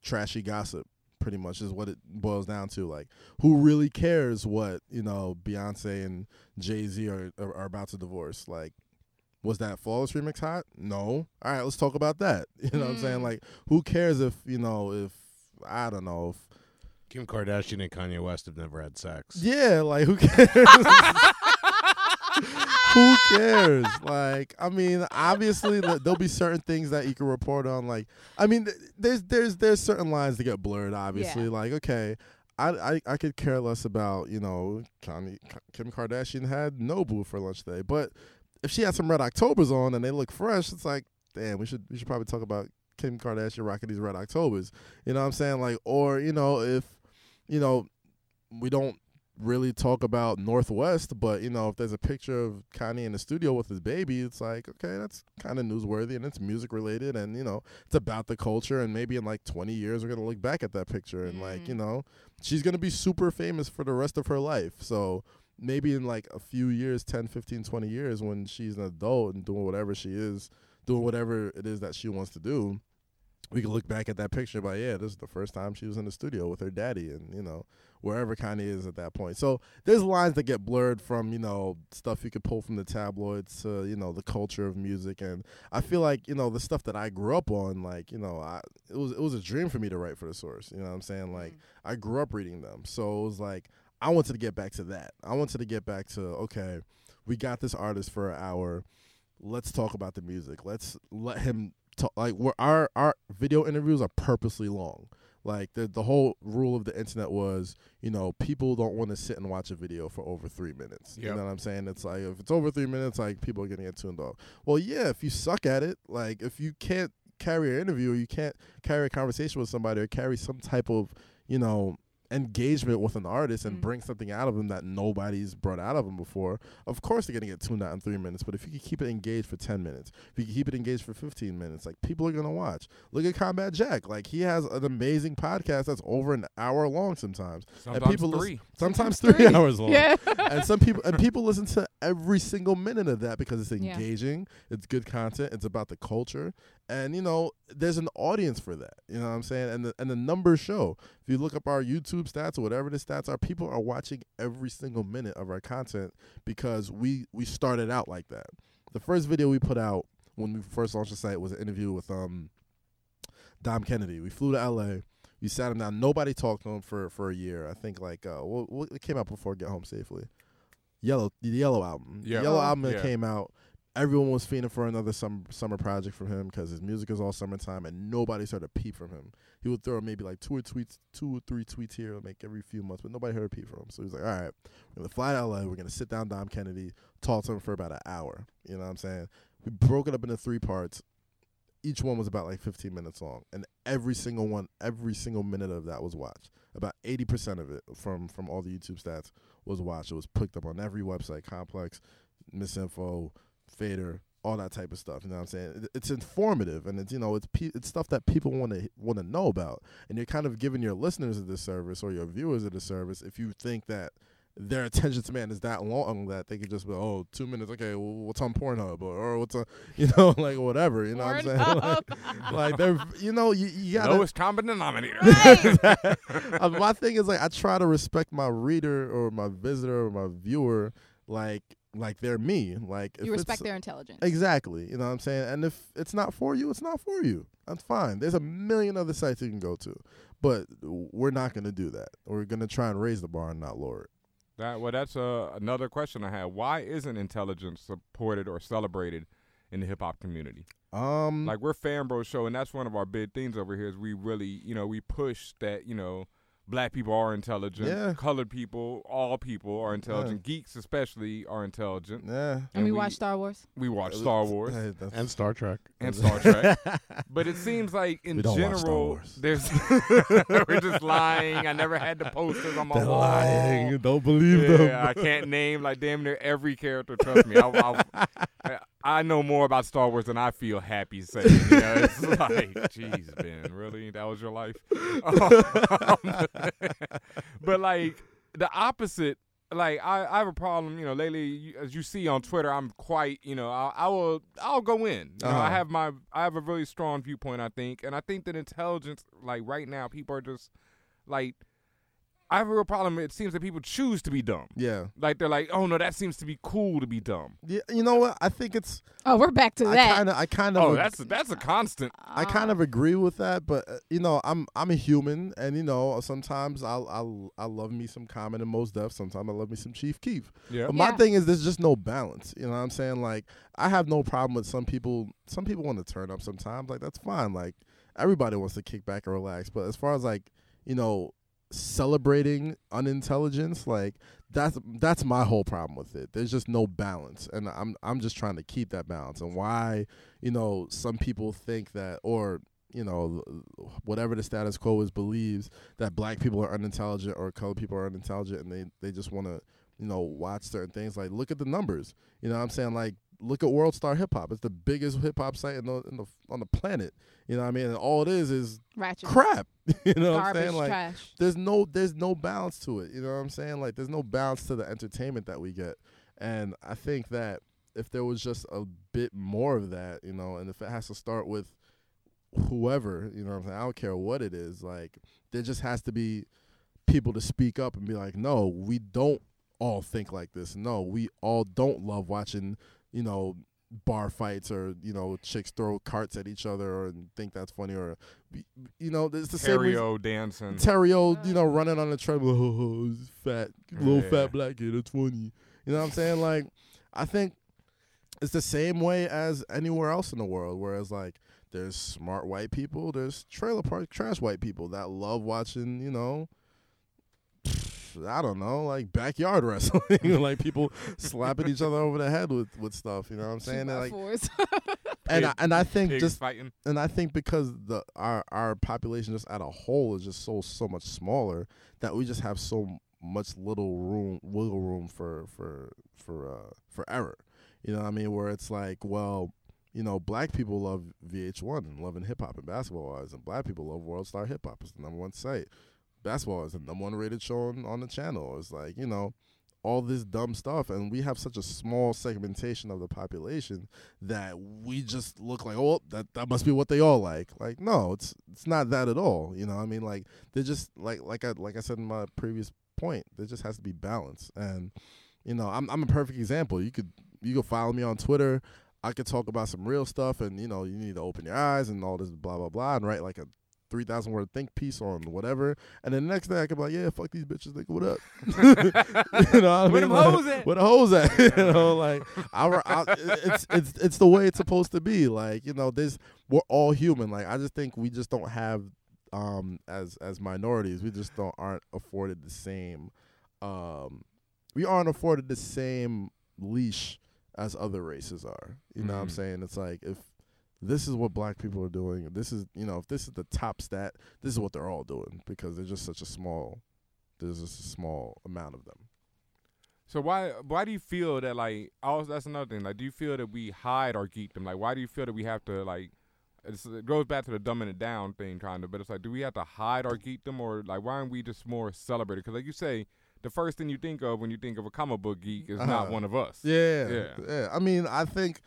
trashy gossip. Pretty much is what it boils down to. Like, who really cares what you know Beyonce and Jay Z are, are are about to divorce? Like, was that flawless remix hot? No. All right, let's talk about that. [LAUGHS] You know what I'm saying? Like, who cares if you know if I don't know if
Kim Kardashian and Kanye West have never had sex.
yeah, like who cares? who cares? Like, I mean, obviously th- there'll be certain things that you can report on. Like, I mean, th- there's there's there's certain lines that get blurred. Obviously,
Yeah.
like okay. I, I, I could care less about you know Kanye, Kim Kardashian had Nobu for lunch today, but if she had some Red Octobers on and they look fresh, it's like damn, we should we should probably talk about Kim Kardashian rocking these Red Octobers. You know what I'm saying? Like, or you know, if you know, we don't really talk about Northwest, but you know, if there's a picture of Kanye in the studio with his baby, it's like, okay, that's kind of newsworthy and it's music related and you know, it's about the culture and maybe in like 20 years we're going to look back at that picture and like, you know, she's going to be super famous for the rest of her life. So maybe in like a few years, 10, 15, 20 years when she's an adult and doing whatever she is, doing whatever it is that she wants to do, we can look back at that picture but yeah this is the first time she was in the studio with her daddy and you know wherever kanye is at that point so there's lines that get blurred from you know stuff you could pull from the tabloids to you know the culture of music and i feel like you know the stuff that i grew up on like you know i it was it was a dream for me to write for the source you know what i'm saying like i grew up reading them so it was like i wanted to get back to that i wanted to get back to okay we got this artist for an hour let's talk about the music. Let's let him talk. Like we're, our our video interviews are purposely long. Like the the whole rule of the internet was, you know, people don't want to sit and watch a video for over three minutes. You
Yep.
know what I'm saying? It's like if it's over three minutes, like people are gonna get tuned off. Well, yeah, if you suck at it, like if you can't carry an interview or you can't carry a conversation with somebody or carry some type of, you know, engagement with an artist and
Mm.
bring something out of them that nobody's brought out of them before, of course they're gonna get tuned out in three minutes. But if you can keep it engaged for ten minutes, if you can keep it engaged for fifteen minutes, like people are gonna watch. Look at Combat Jack. Like he has an amazing podcast that's over an hour long sometimes.
Sometimes
people lis-
three.
Sometimes three
Three.
[LAUGHS] hours
[LAUGHS]
long.
Yeah.
and some people and people listen to every single minute of that because it's
Yeah.
engaging, it's good content, it's about the culture, and you know there's an audience for that. You know what I'm saying? And the and the numbers show. If you look up our YouTube stats or whatever the stats are, people are watching every single minute of our content because we we started out like that. The first video we put out when we first launched the site was an interview with um Dom Kennedy. We flew to LA. We sat him down. Nobody talked to him for, for a year. I think like uh, what, what came out before Get Home Safely, Yellow the Yellow album.
Yeah.
Yellow
Oh,
album that
yeah.
came out. Everyone was fiending for another summer summer project from him because his music is all summertime, and nobody heard a peep from him. He would throw maybe like two or tweets, two or three tweets here, like every few months, but nobody heard a peep from him. So he's like, all right, we're gonna fly to LA. We're gonna sit down Dom Kennedy, talk to him for about an hour. You know what I'm saying? We broke it up into three parts each one was about like 15 minutes long and every single one every single minute of that was watched about 80% of it from from all the youtube stats was watched it was picked up on every website complex misinfo fader all that type of stuff you know what i'm saying It- it's informative and it's you know it's pe- it's stuff that people want to want to know about and you're kind of giving your listeners of this service or your viewers of the service if you think that their attention span is that long that they could just be oh two minutes okay well, what's on Pornhub or, or what's on [LAUGHS] you know like whatever you know what I'm saying
Pornhub.
Like- like they're you know you, you gotta
Lowest common denominator.
Right.
Uh, my thing is like I try to respect my reader or my visitor or my viewer like like they're me like if
you respect
it's,
their intelligence.
exactly you know what I'm saying and if it's not for you it's not for you that's fine there's a million other sites you can go to but we're not gonna do that we're gonna try and raise the bar and not lower it
[LAUGHS] That well, that's uh, another question I had. Why isn't intelligence supported or celebrated in the hip hop community?
um
Like we're Fanbro show, and that's one of our big things over here. Is we really, you know, we push that, you know, black people are intelligent,
Yeah.
colored people, all people are intelligent, geeks especially are intelligent.
yeah
and we,
we-
watch Star Wars.
We watch Star Wars
Hey, that's-
and Star Trek.
and Star
[LAUGHS]
Trek, but it seems like in
We don't watch Star
general,
Wars. [LAUGHS]
there's [LAUGHS] we're just lying. I never had the posters on my
They're
wall.
lying. Don't believe
yeah,
them.
I can't name like damn near every character. Trust me, I,
[LAUGHS]
I, I know more about Star Wars than I feel happy saying. You know? It's [LAUGHS] like, jeez, Ben, really? That was your life? [LAUGHS] Oh, but like the opposite. Like I, I have a problem, you know. Lately, you, as you see on Twitter, I'm quite, you know, I, I will, I'll go in. You know, I
Uh-huh.
have my, I have a really strong viewpoint, I think, and I think that intelligence, like right now, people are just, like, I have a real problem. It seems that people choose to be dumb.
yeah.
Like they're like, oh no, that seems to be cool to be dumb.
yeah. You know what? I think it's
Oh, we're back to
I
that.
kind of I kind of
Oh, that's that's a constant.
I kind of agree with that, but uh, you know, I'm I'm a human, and you know, sometimes I I I love me some Common and most Def. Sometimes I love me some Chief Keef.
Yeah.
But my
Yeah.
thing is, there's just no balance. You know what I'm saying? Like, I have no problem with some people. Some people want to turn up sometimes. Like, that's fine. Like, everybody wants to kick back and relax. But as far as like, you know, celebrating unintelligence, like that's that's my whole problem with it. There's just no balance, and I'm I'm just trying to keep that balance. And why, you know, some people think that or you know whatever the status quo is believes that black people are unintelligent or colored people are unintelligent and they, they just want to you know, watch certain things. Like, look at the numbers. You know what I'm saying? Like, look at World Star Hip Hop. It's the biggest hip hop site in the, in the on the planet. You know what I mean? And all it is is
Ratchet.
crap. [LAUGHS] You know what I'm
Garbage
saying? Like,
trash.
there's no there's no balance to it. You know what I'm saying? Like, there's no balance to the entertainment that we get. And I think that if there was just a bit more of that, you know, and if it has to start with whoever, you know what I'm saying? I don't care what it is. Like, there just has to be people to speak up and be like, no, we don't all think like this. No, we all don't love watching, you know, bar fights or, you know, chicks throw carts at each other or and think that's funny or, you know, it's the same. reason-
Terrio dancing.
Terrio, you know, running on the treadmill, [LAUGHS] oh, he's fat, little
Yeah.
fat black kid at 20. You know what I'm saying? Like, I think it's the same way as anywhere else in the world, whereas, like, There's smart white people. There's trailer park trash white people that love watching. You know, I don't know, like backyard [LAUGHS] wrestling, like people slapping each other over the head with with stuff. You know what I'm saying? And, like,
Fours. [LAUGHS]
and I, and I think
Pigs
just
fighting.
and I think because the our our population just at a whole is just so so much smaller that we just have so much little room wiggle room for for for uh for error. You know what I mean? Where it's like, well, you know, black people love VH1 and loving hip hop and basketball is, and black people love World Star Hip Hop. It's the number one site. Basketball is the number one rated show on, on the channel. It's like you know, all this dumb stuff, and we have such a small segmentation of the population that we just look like, oh, that, that must be what they all like. Like, no, it's it's not that at all. You know, what I mean, like they're just like like I like I said in my previous point, there just has to be balance. And you know, I'm I'm a perfect example. You could you could follow me on Twitter. I could talk about some real stuff, and you know, you need to open your eyes and all this blah blah blah, and write like a three thousand word think piece on whatever. And then the next day, I could be like, yeah, fuck these bitches, nigga, what up? [LAUGHS] you know, what I
Where
mean?
them
Like,
hoes at?
Where the hoes at? [LAUGHS] [LAUGHS] you know, like our, our it's it's it's the way it's supposed to be. Like you know, this we're all human. Like I just think we just don't have um as as minorities, we just don't aren't afforded the same um we aren't afforded the same leash as other races are. You know what I'm
Mhm.
saying? It's like if this is what black people are doing, if this is you know, if this is the top stat, this is what they're all doing because they're just such a small there's just a small amount of them.
So why why do you feel that like also that's another thing like do you feel that we hide our geekdom like why do you feel that we have to like it's, it goes back to the dumbing it down thing kind of but it's like do we have to hide our geekdom or like why aren't we just more celebrated because like you say the first thing you think of when you think of a comic book geek is not
Uh-huh.
one of us
Yeah,
Yeah.
yeah. I mean, I think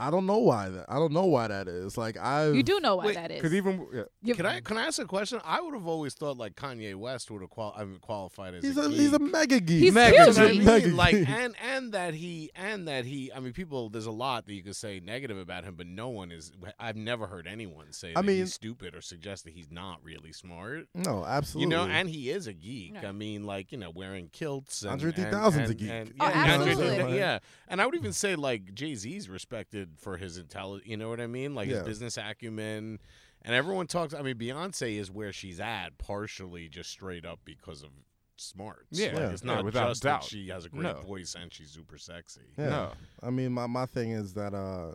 I don't know why that. I don't know why that is. Like I
you do know why
Wait,
that is.
because even yeah,
You-
Can I can I ask a question? I would have always thought like Kanye West would have qual- I mean, qualified as
He's
a,
a
geek.
he's a mega geek.
He's Mega huge.
That's what I
geek.
mean, like
geek.
and and that he and that he I mean people there's a lot that you could say negative about him but no one is I've never heard anyone say
I
that
mean-
he's stupid or suggest that he's not really smart.
no, absolutely.
You know, and he is a geek.
Right.
I mean, like you know, wearing kilts. And,
Andre
and-
3000's a
and-
geek.
and-
Oh,
yeah, Andre
absolutely.
3000, Yeah, and I would even say like Jay Z's respected for his intelligence. You know what I mean? Like
Yeah.
his business acumen. And everyone talks. I mean, Beyonce is where she's at, partially just straight up because of smarts.
Yeah.
like,
Yeah.
it's
Yeah,
not
without
just that
doubt.
she has a great
No.
voice and she's super sexy. [LAUGHS]
Yeah.
no
I mean, my, my thing is that, uh,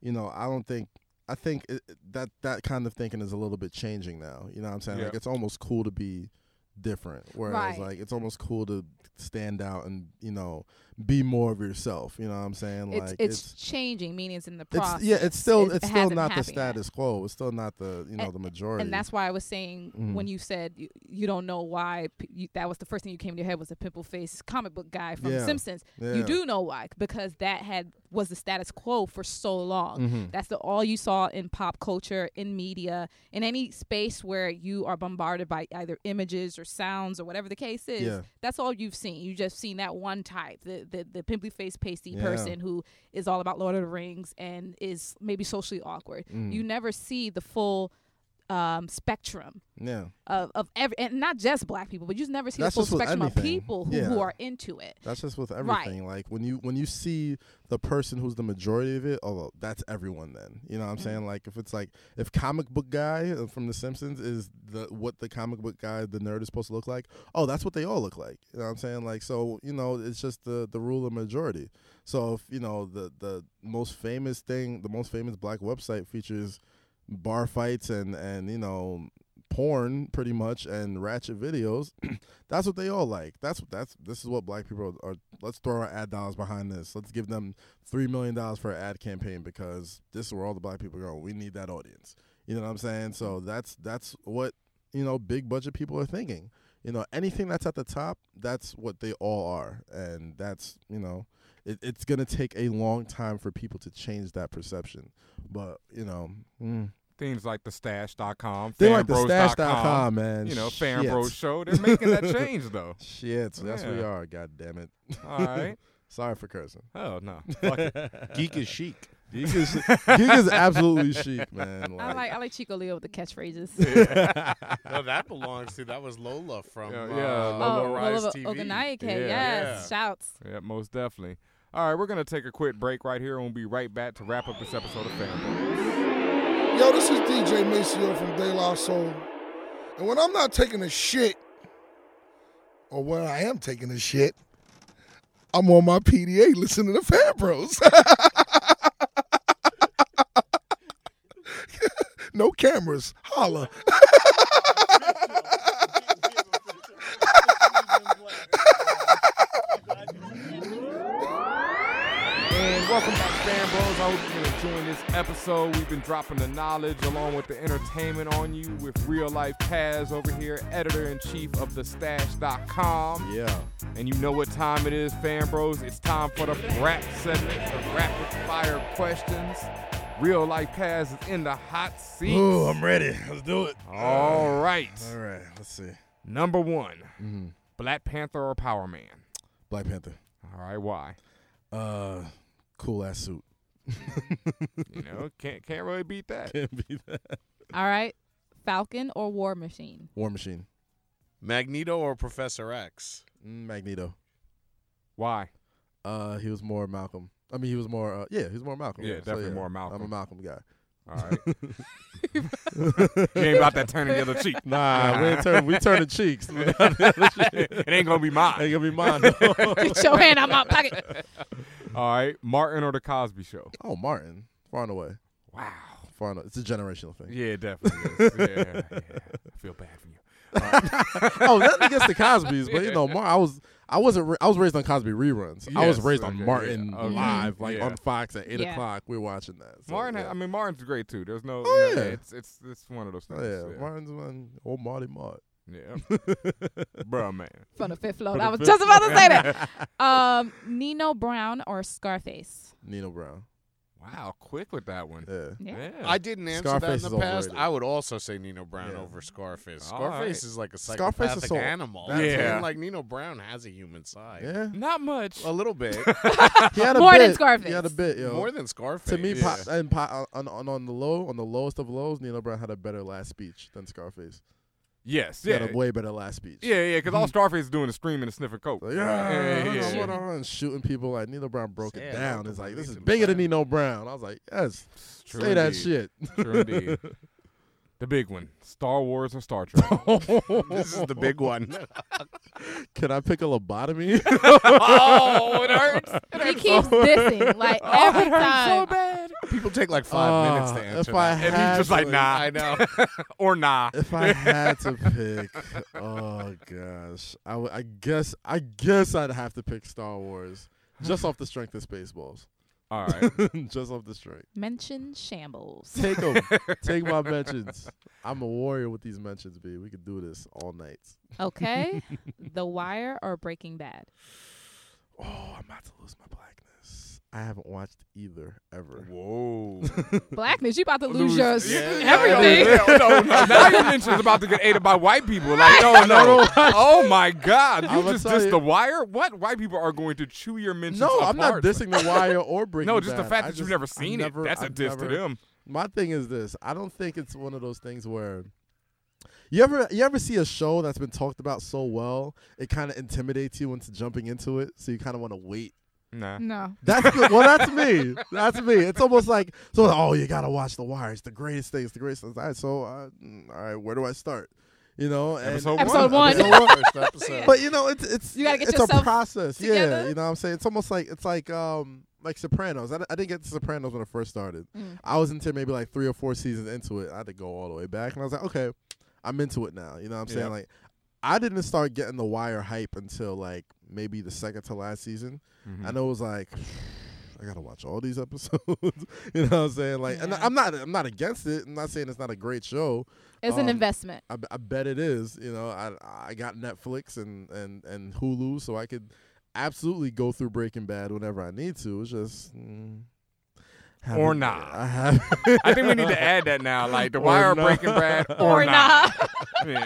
you know, I don't think, I think it, it- that that kind of thinking is a little bit changing now. You know what I'm saying?
Yeah.
Like, it's almost cool to be different.
Right.
Whereas, like, it's almost cool to stand out and, you know, be more of yourself. You know what I'm saying?
It's,
like,
it's changing. Meaning it's in the
it's,
process.
yeah, it's still,
It
it's still
hasn't
not the
happened yet.
status quo. It's still not the, you know, the majority.
And that's why I was saying
Mhm.
when you said you, you don't know why p- you, that was the first thing you came to your head was the pimple faced comic book guy from
Yeah.
Simpsons.
Yeah.
You do know why because that had was the status quo for so long.
Mm-hmm.
That's the all you saw in pop culture, in media, in any space where you are bombarded by either images or sounds or whatever the case is.
Yeah.
That's all you've seen. You just seen that one type, the the, the pimply faced pasty
Yeah.
person who is all about Lord of the Rings and is maybe socially awkward.
Mm.
You never see the full um, spectrum
yeah.
of, of every, and not just black people, but you just never see
That's
the
just
full
with
spectrum of
anything.
people who,
Yeah.
who are into it.
That's just with
Right.
everything. Like when you when you see the person who's the majority of it, oh, that's everyone. Then you know what I'm saying. Like if it's like if comic book guy uh, from The Simpsons is the what the comic book guy the nerd is supposed to look like. Oh, that's what they all look like. You know what I'm saying. Like so you know it's just the the rule of majority. So if you know the the most famous thing, the most famous black website features bar fights and and you know porn pretty much and ratchet videos that's what they all like that's that's this is what black people are, let's throw our ad dollars behind this let's give them three million dollars for an ad campaign because this is where all the black people go we need that audience you know what i'm saying
Mm-hmm.
so that's that's what you know big budget people are thinking you know anything that's at the top that's what they all are and that's you know it, it's gonna take a long time for people to change that perception but you know mm,
things like the stash.com
they like the
fanbros.com,
stash.com, man.
you know
Shit.
fan bros show they're making that change
[LAUGHS]
though
Shit, so that's where
Yeah.
we are. God damn it.
all right
Sorry for [LAUGHS] cursing.
oh no Fuck it.
Geek is chic.
[LAUGHS] Geek is, geek is absolutely chic, man.
I
Like,
like I like Chico Leo with the [LAUGHS] catchphrases.
no, that belongs to that was Lola from
Yeah,
uh,
yeah,
Lola
oh,
Rise
Oliver
TV.
Ogunayake,
Yeah.
Yeah.
yes, shouts.
Yeah, most definitely. All right, we're going to take a quick break right here and we'll be right back to wrap up this episode of Fanboys.
Yo, this is DJ Maceo from De La Soul. And when I'm not taking a shit, or when I am taking a shit, I'm on my PDA listening to Fan Bros. [LAUGHS] no cameras. Holla.
And welcome back, Fan Bros. I hope you've been enjoying this episode. We've been dropping the knowledge along with the entertainment on you with real life Taz over here, editor in chief of thestash.com.
Yeah.
And you know what time it is, fam bros. It's time for the rap segment, the rapid fire questions. Real life Kaz is in the hot seat.
Ooh, I'm ready. Let's do it.
All right.
All right. Let's see.
Number one Black Panther or Power Man?
Black Panther.
All right, why?
Uh, cool ass suit.
You know, can't, can't really beat that.
[LAUGHS] Can't be that.
All right, Falcon or War [LAUGHS] Machine?
War Machine.
Magneto or Professor X?
Mm, Magneto.
Why?
Uh, he was more Malcolm. I mean, he was more. Uh, yeah, he was more Malcolm.
Yeah,
so
definitely more Malcolm.
I'm a Malcolm guy.
All
[LAUGHS]
right. you ain't about that turning the other cheek.
Nah, we ain't turn, we turning cheeks. [LAUGHS] Ain't
It ain't going to be mine.
gonna be mine.
[LAUGHS]
though.
Get your hand out my pocket.
All right, Martin or The Cosby Show?
oh, Martin. Far and away.
Wow.
Far and away. It's a generational thing.
Yeah, it definitely. Is. Yeah, yeah. I feel bad for you.
oh, nothing against the Cosby's, but you know, Mar- I was I wasn't ra- I was raised on Cosby reruns. I was
Yes,
raised
okay,
on
yeah,
Martin
okay,
live, like
yeah.
on Fox at eight
Yeah.
o'clock. We are watching that. So,
Martin,
yeah.
ha I mean, Martin's great too. There's no,
Oh,
you know,
yeah.
it's it's it's one of those things.
Oh, yeah, Martin's one old Marty Mart.
yeah, bro, man.
From the fifth floor. Oh, I was just about to say [LAUGHS] that. Um, Nino Brown or Scarface?
Nino Brown.
Wow, quick with that one.
Yeah.
Yeah.
Yeah.
I didn't answer
Scarface
that
is
in the past.
overrated.
I would also say Nino Brown
Yeah.
over Scarface.
All
Scarface
right.
is like a
Scarface is
psychopathic
so-
animal.
that's
Yeah. it.
like Nino Brown has a human side.
Yeah.
Not much.
A little bit [LAUGHS]
He had a
More
bit.
than Scarface.
He had a bit, [LAUGHS] yo.
more than Scarface.
to me,
Yeah.
pop,
[LAUGHS]
and pop, on, on on the low, on the lowest of lows, Nino Brown had a better last speech than Scarface.
yes.
He
Yeah.
had a way better last speech.
yeah, yeah, because all Starface is doing is screaming and sniffing coke.
Like, Mm-hmm. yeah,
yeah,
yeah,
yeah.
and shooting people like Nino Brown broke it
Yeah,
down.
Malcolm
It's like this is
Nino
bigger than
Brown.
Nino Brown. I was like, yes,
True
say that
indeed.
shit. [LAUGHS]
True indeed. The big one: Star Wars or Star
[LAUGHS]
Trek?
this is the big
[LAUGHS]
one.
Can I pick a lobotomy?
oh, it hurts.
He [LAUGHS] keeps dissing like every time.
bad.
People take like
[LAUGHS]
five
Uh,
minutes to answer.
if I
that.
And he's
just like, had to- nah.
I know.
[LAUGHS] Or nah.
if I had to pick, [LAUGHS] oh gosh, I, would- I guess I guess I'd have to pick Star Wars just off the strength of Spaceballs,
All
[LAUGHS]
right. [LAUGHS]
just off the strength.
Mention
[LAUGHS]
shambles.
Take 'em. take my mentions. I'm a warrior with these mentions, B. We could do this all night. [LAUGHS]
Okay. the Wire or Breaking Bad?
Oh, I'm about to lose my blackness. I haven't watched either ever.
Whoa.
Blackness, you about to lose,
Lose-
yours.
yeah, yeah,
everything.
Yeah, [LAUGHS] no, no, now your mention's about to get ate by white people. Like, no, no, no. Oh my God! You
I'ma
just
tell
dissed
you-
the wire. What white people are going to chew your mentions?
No, I'm not
apart.
dissing The
[LAUGHS]
Wire or Breaking
No, just the
Bad.
fact
I
that you've
just-
never
I've
seen
never-
it. That's a
I've
diss
never-
to them.
My thing is this: I don't think it's one of those things where you ever you ever see a show that's been talked about so well, it kind of intimidates you into jumping into it, so you kind of want to wait.
Nah.
No.
That's the, well, that's me. That's me. It's almost like so. Oh, you gotta watch The Wire. It's the greatest thing. It's the greatest. Thing. All right, so uh, mm, all right, where do I start? You know, and-
Episode one.
Episode one.
Episode one.
First episode.
But you know, it's it's
You gotta get
it's
yourself
a process.
together.
Yeah, you know what I'm saying? It's almost like it's like um like Sopranos. I, I didn't get to Sopranos when I first started.
Mm.
I was into maybe like three or four seasons into it. I had to go all the way back, and I was like, okay, I'm into it now. You know what I'm saying?
Yeah.
Like, I didn't start getting the Wire hype until like maybe the second to last season.
Mm-hmm. Hmm.
I know it was like. [SIGHS] I gotta watch all these [LAUGHS] episodes. you know what I'm saying? Like, and
Yeah.
I'm not, I'm not against it. I'm not saying it's not a great show.
It's
Um,
an investment.
I, b- I bet it is. You know, I I got Netflix and and and Hulu, so I could absolutely go through Breaking Bad whenever I need to. It's just mm,
Or
haven't-
not.
I have.
I think we
[LAUGHS]
need to add that now. Like the
Or
wire
nah.
breaking [LAUGHS] Brad
Or not.
[LAUGHS] Yeah.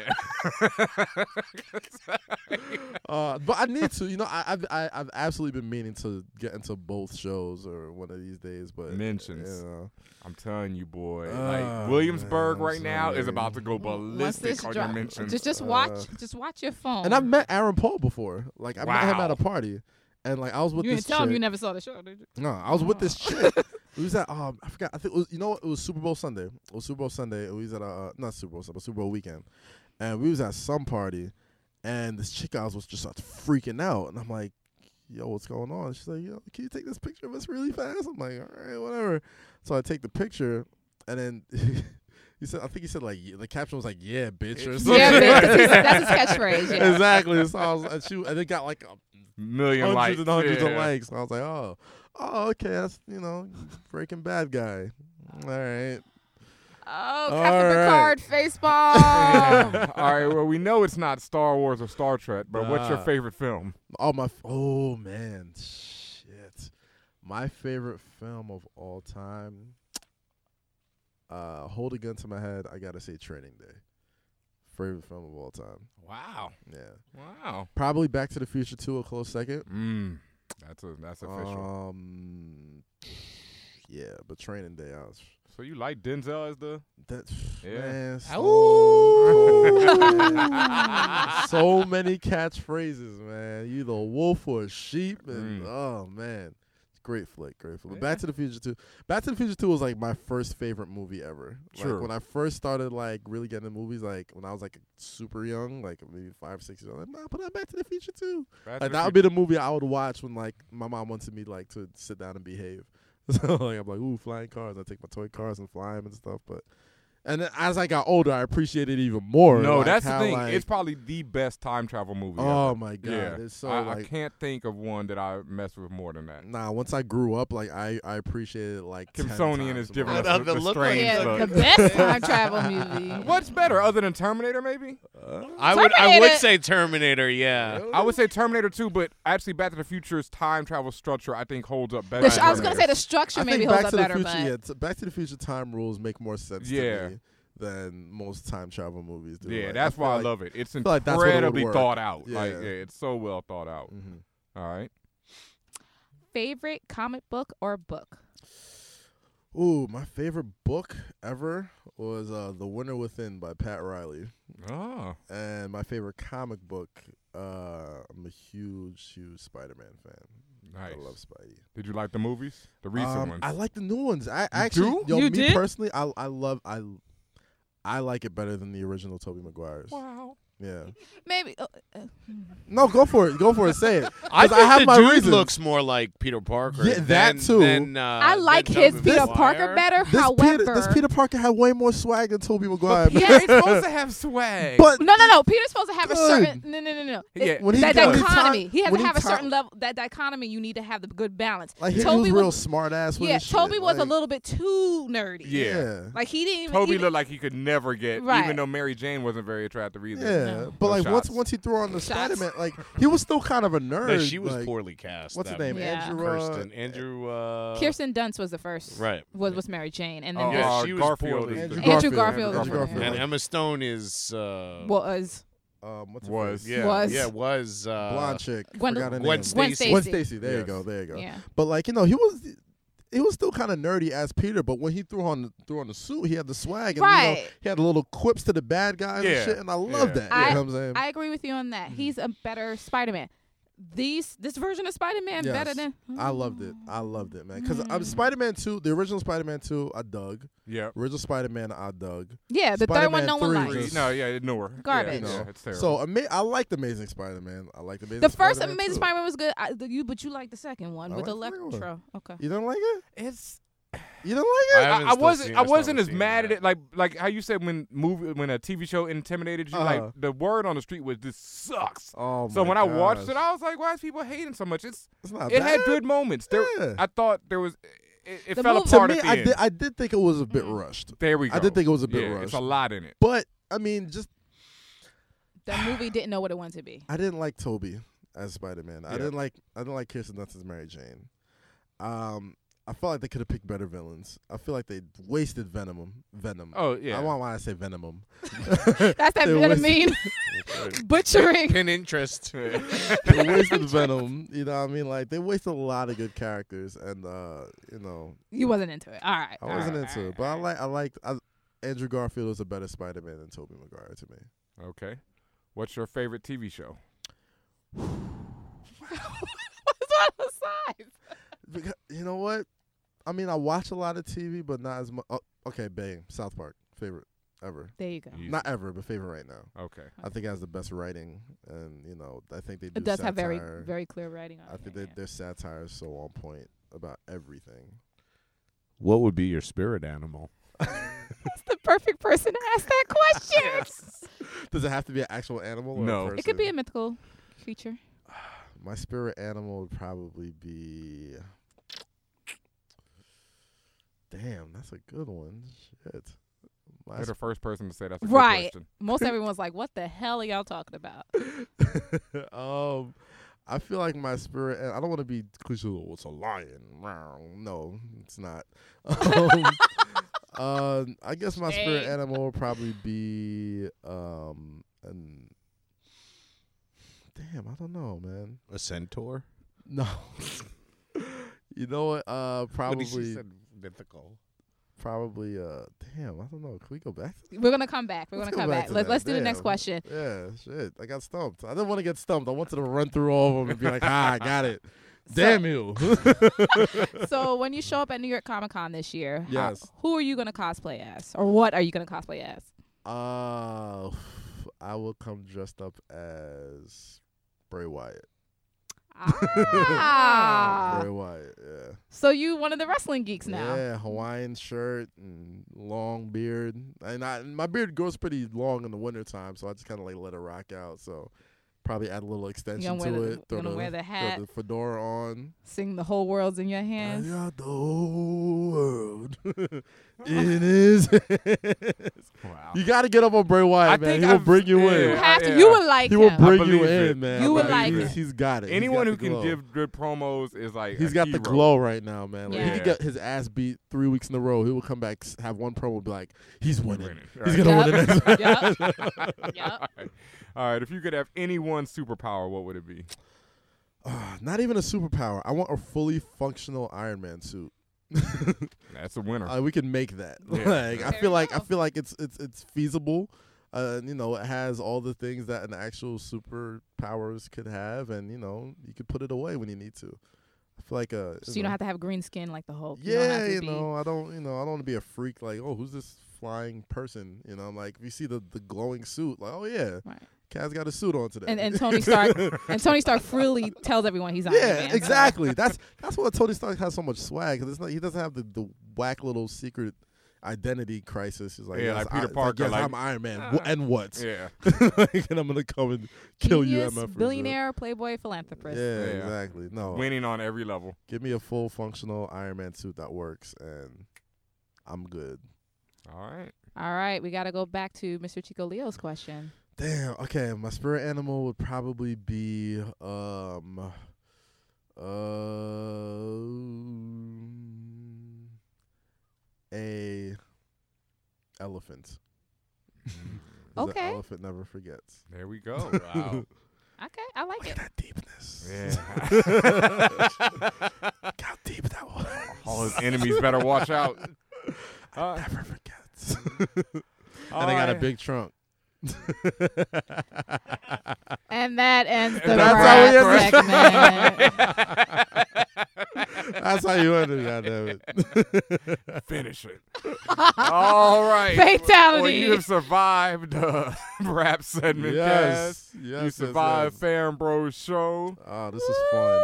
uh, but I need to. You know, I, I've I, I've absolutely been meaning to get into both shows or one of these days. But
Mentions.
you know.
I'm telling you, boy.
Oh,
like Williamsburg
man,
right now is
sorry.
about to go
[LAUGHS] Once this
ballistic on your
drop-
mentions.
Just just
Uh,
watch just watch your phone.
and I've met Aaron Paul before. Like I met him
Wow.
at a party, and like I was with
you
this
didn't tell
chick.
him you never saw the show, did you?
no, I was with this chick. We was at um, I forgot. I think it was, you know what? It was Super Bowl Sunday. It was Super Bowl Sunday. We was at a uh, not Super Bowl Sunday, but Super Bowl weekend, and we was at some party, and this chick I was with just starts freaking out, and I'm like, "Yo, what's going on?" She's like, "Yo, can you take this picture of us really fast?" I'm like, "All right, whatever." So I take the picture, and then. [LAUGHS] He said, I think he said like yeah- the caption was like, "Yeah, bitch," or something.
[LAUGHS] Yeah, bitch. That's his- that's his catchphrase. Yeah.
[LAUGHS] Exactly. So I was, and she, and it got like a
Million
hundreds
likes.
and hundreds
yeah.
of likes. And I was like, oh, oh, okay, that's you know, Breaking Bad guy. All right.
Oh,
All
Captain
right.
Picard face
[LAUGHS]
bomb.
[LAUGHS] All right. Well, we know it's not Star Wars or Star Trek, but what's your
Nah.
favorite film?
Oh my. f- Oh man, shit. My favorite film of all time. Uh, hold a gun to my head. I gotta say, Training Day. Favorite film of all time.
Wow.
Yeah.
Wow.
Probably Back to the Future Two, a close second.
Mm. That's a that's official.
Um. Yeah, but Training Day. I was.
so you like Denzel as the?
That's
Yeah. [LAUGHS]
man, so,
Ow.
so many catchphrases, man. You the wolf or a sheep, and
Mm.
oh man, it's a great flick, great flick. But
Yeah.
Back to the Future Two, Back to the Future Two was like my first favorite movie ever.
Sure.
Like when I first started like really getting into movies, like when I was like super young, like maybe five, six years old, like nah, put on Back to the Future Two.
Back to
Like
the
that would be the movie I would watch when like my mom wanted me like to sit down and behave. [LAUGHS] So like I'm like, ooh, flying cars. I take my toy cars and fly them and stuff. But and then as I got older, I appreciated it even more.
No,
like,
that's the
how,
thing.
like-
it's probably the best time travel movie.
oh
ever.
my god,
yeah.
it's so
I, I
like
can't think of one that I mess with more than that.
nah. Once I grew up, like I I appreciated it, like
Kim
10
Sonian
times
is giving
more.
us
Well,
the,
the
the
look on
strange
his
yeah, the
look.
best time
[LAUGHS]
travel movie.
What's better, other than Terminator? Maybe
I would I would
Terminator.
say Terminator, yeah.
I would say Terminator 2, but actually, Back to the Future's time travel structure I think holds up better.
The
than
sh- I was gonna
Terminator.
say the structure
I
maybe
think
holds
Back
up
to the
better,
Future,
but
yeah, t- Back to the Future time rules make more sense
Yeah.
to me than most time travel movies do.
Yeah,
Like,
that's
I
why I
feel like-
love it. It's
feel like that's what it would
incredibly
work.
thought out. Like, yeah,
Yeah.
it's so well thought out.
Mhm.
All right.
favorite comic book or book?
Ooh, my favorite book ever was uh, The Winner Within by Pat Riley.
Oh,
And my favorite comic book, uh, I'm a huge, huge Spider Man fan.
nice.
I love Spidey.
Did you like the movies? The recent
Um,
ones.
I like the new ones. I actually,
do?
yo,
You
me
did?
personally, I I love I I like it better than the original Toby Maguire's.
wow.
Yeah.
Maybe uh,
No, go for it. Go for it. Say it.
I
'Cause
think
I have
the
my
dude
reasons.
looks more like Peter Parker.
Yeah, that
than-
too.
than, uh,
I
than
like his
Tobey
Peter
Maguire.
Parker better.
This
however,
Peter, this Peter Parker had way more swag than Toby Maguire.
Peter
Yes.
ain't supposed to have swag.
But
no, no, no. Peter's supposed to have a
Good.
certain no, no, no, no.
Yeah,
It-
when he
that
does- when he
dichotomy.
ti-
He has to
when he
have a
ti-
certain level. That dichotomy. You need to have the good balance.
like he, he was
Toby
real smart ass.
yeah. Toby was a little bit too nerdy.
Yeah.
Yeah.
Like he didn't. even-
Toby
even-
looked like he could never get, even
Right.
though Mary Jane wasn't very attractive either.
Yeah,
No.
but
No
like
shots.
once once he threw on the
Shots.
Spider Man, like he was still kind of a nerd.
No, she was
like,
poorly cast.
What's her
that
name?
movie.
Yeah.
Andrew. uh,
Kirsten. Andrew. Uh,
Kirsten Dunst was the first.
Right.
Was was Mary Jane, and then
Oh,
Yeah,
uh,
she was
Garfield
poorly-
is the-
Andrew
Andrew
Garfield.
Garfield.
Andrew
Garfield.
Garfield.
And Emma Stone is. Uh,
was
Um, what's her
Was.
face?
Yeah.
was-
Yeah. Was. Uh,
blonde chick.
Gwen-
Forgot her
Gwen
name.
Stacy.
Gwen Stacy.
Gwen Stacy. There
Yes.
you go. There you go.
yeah.
But like you know, he was. He was still kind of nerdy as Peter, but when he threw on threw on the suit, he had the swag and you know,
Right.
he had little quips to the bad guys
Yeah.
and shit, and I love
Yeah.
that.
I-
you know what I'm saying?
I agree with you on that.
Mm-hmm.
He's a better Spider-Man. These this version of Spider-Man
Yes.
better than hmm?
I loved it. I loved it, man. Because
Mm.
Spider Man Two, the original Spider Man Two, I dug.
Yep.
Original Spider Man, I dug.
yeah. The third one,
Spider-Man
no one
3
likes.
was-
No, yeah, ignore. her.
Garbage.
Yeah,
You
yeah,
know.
it's terrible.
So ama- I liked Amazing Spider-Man. I liked Amazing.
The first
Spider-Man
Amazing
too.
Spider-Man was good. I, the, you but you like the second one
I
with
like the second one.
Electro. Okay.
You don't like it?
it's
You don't like it?
I,
haven't
I
still
wasn't
seen
I
it, so I
wasn't
haven't
as
seen
mad
it
at it like like how you said when movie when a TV show intimidated you
Uh-huh.
like the word on the street was this sucks.
oh
so
my
when I watched
gosh.
it, I was like, why is people hating so much? It's
it's not
it
bad.
had good moments. There,
Yeah.
I thought there was it, it
The
fell
movie-
apart
to me,
at the
I
end.
did. I did think it was a
Mm.
bit rushed,
there we go.
I did think it was a bit
yeah, It's
rushed.
a lot in it.
but I mean, just
The movie didn't know what it wanted to be.
I didn't like Toby as Spider-Man. I
Yeah.
didn't like. I didn't like Kirsten Dunst as Mary Jane. Um, I felt like they could have picked better villains. I feel like they wasted Venom. Venom.
Oh yeah.
I want why I
[LAUGHS]
say Venom. [LAUGHS]
That's that
It
that I
was- [LAUGHS]
mean [LAUGHS] butchering.
[LAUGHS] Pin interest.
they wasted Venom. You know what I mean? Like they wasted a lot of good characters, and uh, you know,
You wasn't into it. All right.
I
all
wasn't
Ah.
right, all
into it,
right,
but I
all right.
like I liked I, Andrew Garfield was a better Spider Man than Tobey Maguire to me.
Okay. What's your favorite TV show?
[LAUGHS] It's on the side.
Because, you know what? I mean, I watch a lot of TV, but not as much. Oh, okay, Bang, South Park, favorite ever.
There you go.
You-
Not ever, but favorite right now.
Okay.
I think it has the best writing, and you know, I think they do.
It does
satire.
have very very clear writing on
I
it.
think
yeah.
they, their satire is so on point about everything. [LAUGHS]
What would be your spirit animal?
That's the perfect person to ask that question.
[LAUGHS] Does it have to be an actual animal? Or
No.
a
It
It could be a
person? [SIGHS]
mythical creature.
My spirit animal would probably be. Damn, that's a good one. Shit. My
You're the
sp-
first person to say that's a good
Right.
question.
Most everyone's like, "What the hell are y'all talking about?"
[LAUGHS] um, I feel like my spirit. an- I don't want to be cliche. "Oh, It's a lion. Meow. No, it's not. [LAUGHS] Um, uh, I guess my spirit
Shame.
animal would probably be um an. Damn, I don't know, man.
A centaur?
No. [LAUGHS] you know what? Uh, probably.
mythical.
probably uh damn i don't know can we go back
We're gonna come back. We're
Let's
gonna
go
come
back
back.
to
Let's
that.
let's do the next
Damn. [LAUGHS]
question.
yeah shit i got stumped i didn't want to get stumped i wanted to run through all of them and be like ah i got it damn you
[LAUGHS] so when you show up at New York Comic Con this year, how-
Yes.
who are you gonna cosplay as, or what are you gonna cosplay as?
[LAUGHS] uh [SIGHS] i will come dressed up as bray wyatt
Ah,
bray wyatt yeah
so you one of the wrestling geeks Ah. now.
yeah hawaiian shirt and long beard and I, my beard grows pretty long in the wintertime so i just kind of like let it rock out so probably add a little extension
wear
to
the-
it throw
gonna
the-
wear the
throw
hat.
the fedora on
Sing the whole world's in your hands.
I got the whole world. [LAUGHS] it [LAUGHS] is.
Wow.
you got to get up on Bray Wyatt,
I
man.
think
he will
I've-
bring you
You
yeah.
in.
have to. You would like
He will
him.
I
bring you
believe it.
in, man.
You
I
would
believe
like
he's-
it.
He's got it. He's
Anyone
got
who
the
can
glow.
give good promos is like
He's
a
got
hero.
the glow right now, man. Like, He
Yeah.
could get his ass beat three weeks in a row. He will come back, s- have one promo, be like, he's winning.
winning.
He's
Right.
[LAUGHS] gonna win the next.
Yep. yep. Yep.
[LAUGHS] All right, if you could have any one superpower, what would it be?
Ah, not even a superpower. I want a fully functional Iron Man suit. [LAUGHS]
That's a winner.
Uh, we can make that.
Yeah.
[LAUGHS] Like I
There
feel
you
like I
go.
feel like it's it's it's feasible. Uh, and, you know, it has all the things that an actual superpowers could have, and you know, you could put it away when you need to. I feel like uh, [LAUGHS]
So you don't have to have green skin like the Hulk. You don't have
yeah,
to
you
be-
know, I don't, you know, I don't want to be a freak. Like, oh, who's this flying person? You know, I'm like, if you see the the glowing suit, like, oh yeah,
Right.
Kaz got a suit on today.
And and Tony
[LAUGHS]
Stark and Tony Stark freely tells everyone he's on. [LAUGHS]
Yeah, exactly. That's that's why Tony Stark has so much swag because he doesn't have the, the whack little secret identity crisis. He's like,
Yeah,
yes,
like
I,
Peter
it's
Parker,
yes,
like-
I'm Iron Man,
Ah.
Wh- and what?
yeah.
[LAUGHS] Like, and I'm gonna come and kill you, at my first job.
billionaire, playboy,
Yeah,
philanthropist.
exactly. No,
Winning on every level.
give me a full functional Iron Man suit that works, and I'm good.
All right.
All right, we got to go back to Mr. Chico Leo's question.
Damn. Okay, my spirit animal would probably be um uh a elephant. 'Cause An
Okay.
elephant never forgets.
There we
[LAUGHS]
go. Wow.
Okay, I like it.
Look [LAUGHS] at that deepness.
yeah.
Look [LAUGHS] how deep that was.
All
[LAUGHS]
his [LAUGHS] enemies better watch out. Uh, [LAUGHS]
never forgets.
all
and I got a
right.
big trunk. [LAUGHS]
And that ends the
That's
how we
rap
[LAUGHS]
segment.
[LAUGHS]
That's how you end it, goddammit.
Finish
[LAUGHS]
it. All right.
Fatality.
Well, you have survived the [LAUGHS] rap segment.
yes. Yes.
Cass. You
yes,
survived
yes.
Fan Bros show.
Oh, this is fun.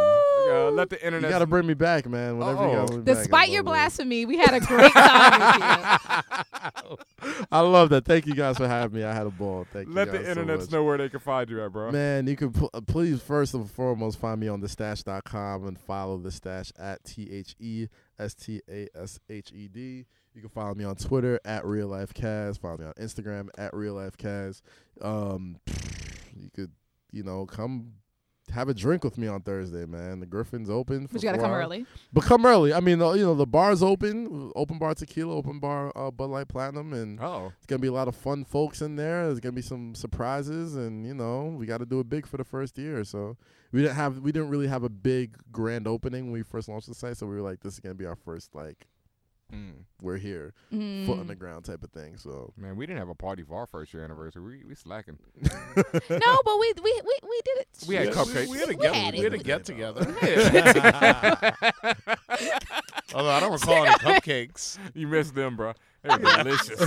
Uh, let the
You
internet.
[LAUGHS]
gotta bring me back, man. Whenever you
Uh-oh.
gotta bring me back, I
Despite your
love it.
blasphemy, we had a great
[LAUGHS]
time with you.
I love that. Thank you guys for having me. I had a ball. Thank
[LAUGHS]
you.
let the
guys so
internet
much.
know where they can find you at, bro.
Man, you can pl- uh, please first and foremost find me on thestash.com and follow the stash at T H E S T A S H E D. You can follow me on Twitter at Real Life Kaz. Follow me on Instagram at Real Life Kaz. Um, you could, you know, come have a drink with me on Thursday, man. The Griffin's open. For
But you got to
four
come
hours.
early.
But come early. I mean, the, you know, the bar's open. Open bar tequila, open bar uh, Bud Light Platinum, and
Oh.
it's gonna be a lot of fun folks in there. There's gonna be some surprises, and you know we got to do it big for the first year. So we didn't have we didn't really have a big grand opening when we first launched the site. So we were like, this is gonna be our first like
Mm.
we're here,
Mm.
foot on the ground type of thing. So
Man, we didn't have a party for our first year anniversary. We we
[LAUGHS]
slacking. [LAUGHS]
No, but we we we, we did it.
We had
Yes.
cupcakes.
We, we had a
We
get,
had
we had a
it.
get
[LAUGHS]
together. [LAUGHS]
Yeah.
Although I don't recall any
[LAUGHS]
cupcakes.
you missed them, bro. They were
[LAUGHS]
delicious.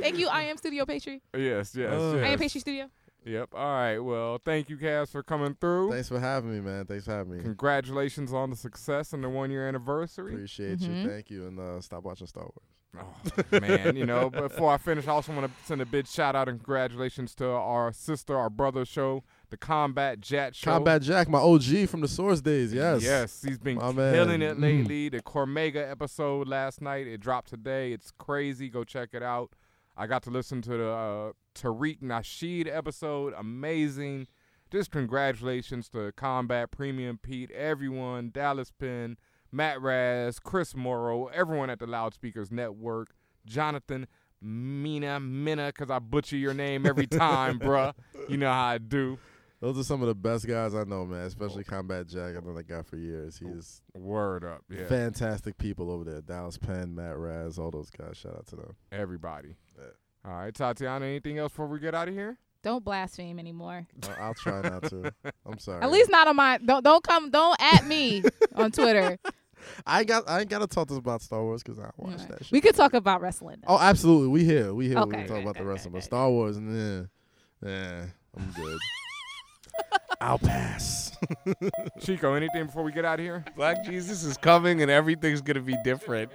Thank you, I am Studio Pastry.
yes, yes,
Uh.
I am
yes.
Pastry Studio.
Yep. All right. Well, thank you, Cass, for coming through.
thanks for having me, man. Thanks for having me.
Congratulations on the success and the one year anniversary.
Appreciate
Mhm.
you. Thank you, and uh, stop watching Star Wars.
Oh, man, you know, before I finish, I also want to send a big shout out and congratulations to our sister, our brother show, the Combat Jet Show.
Combat Jack, my OG from the Source days. Yes.
Yes, he's been
My man.
killing it
Mm.
lately. The Cormega episode last night, it dropped today. It's crazy. Go check it out. I got to listen to the uh, Tariq Nasheed episode. Amazing. Just congratulations to Combat, Premium Pete, everyone, Dallas Penn, Matt Raz, Chris Morrow, everyone at the Loudspeakers Network, Jonathan Mina Mina, because I butcher your name every time, bruh. You know how I do.
Those are some of the best guys I know, man. Especially Combat Jack. I've known that guy for years. He is
Word up. Yeah.
fantastic people over there. Dallas Penn, Matt Raz, all those guys. Shout out to them.
everybody.
Yeah.
All right, Tatiana, anything else before we get out of here?
Don't blaspheme anymore.
I- I'll try not to. I'm sorry.
At least not on my. Don't don't come. Don't at me on Twitter.
[LAUGHS] I got. I ain't gotta talk this about Star Wars because I watched
Alright.
that shit.
We could talk about wrestling. though.
oh, absolutely. We here. We here. we
Okay,
can talk
okay,
about the
okay,
rest of
okay,
them. Star Wars, and yeah, yeah, I'm good.
[LAUGHS]
I'll pass.
Chico, anything before we get out of here?
Black Jesus is coming and everything's going to be different.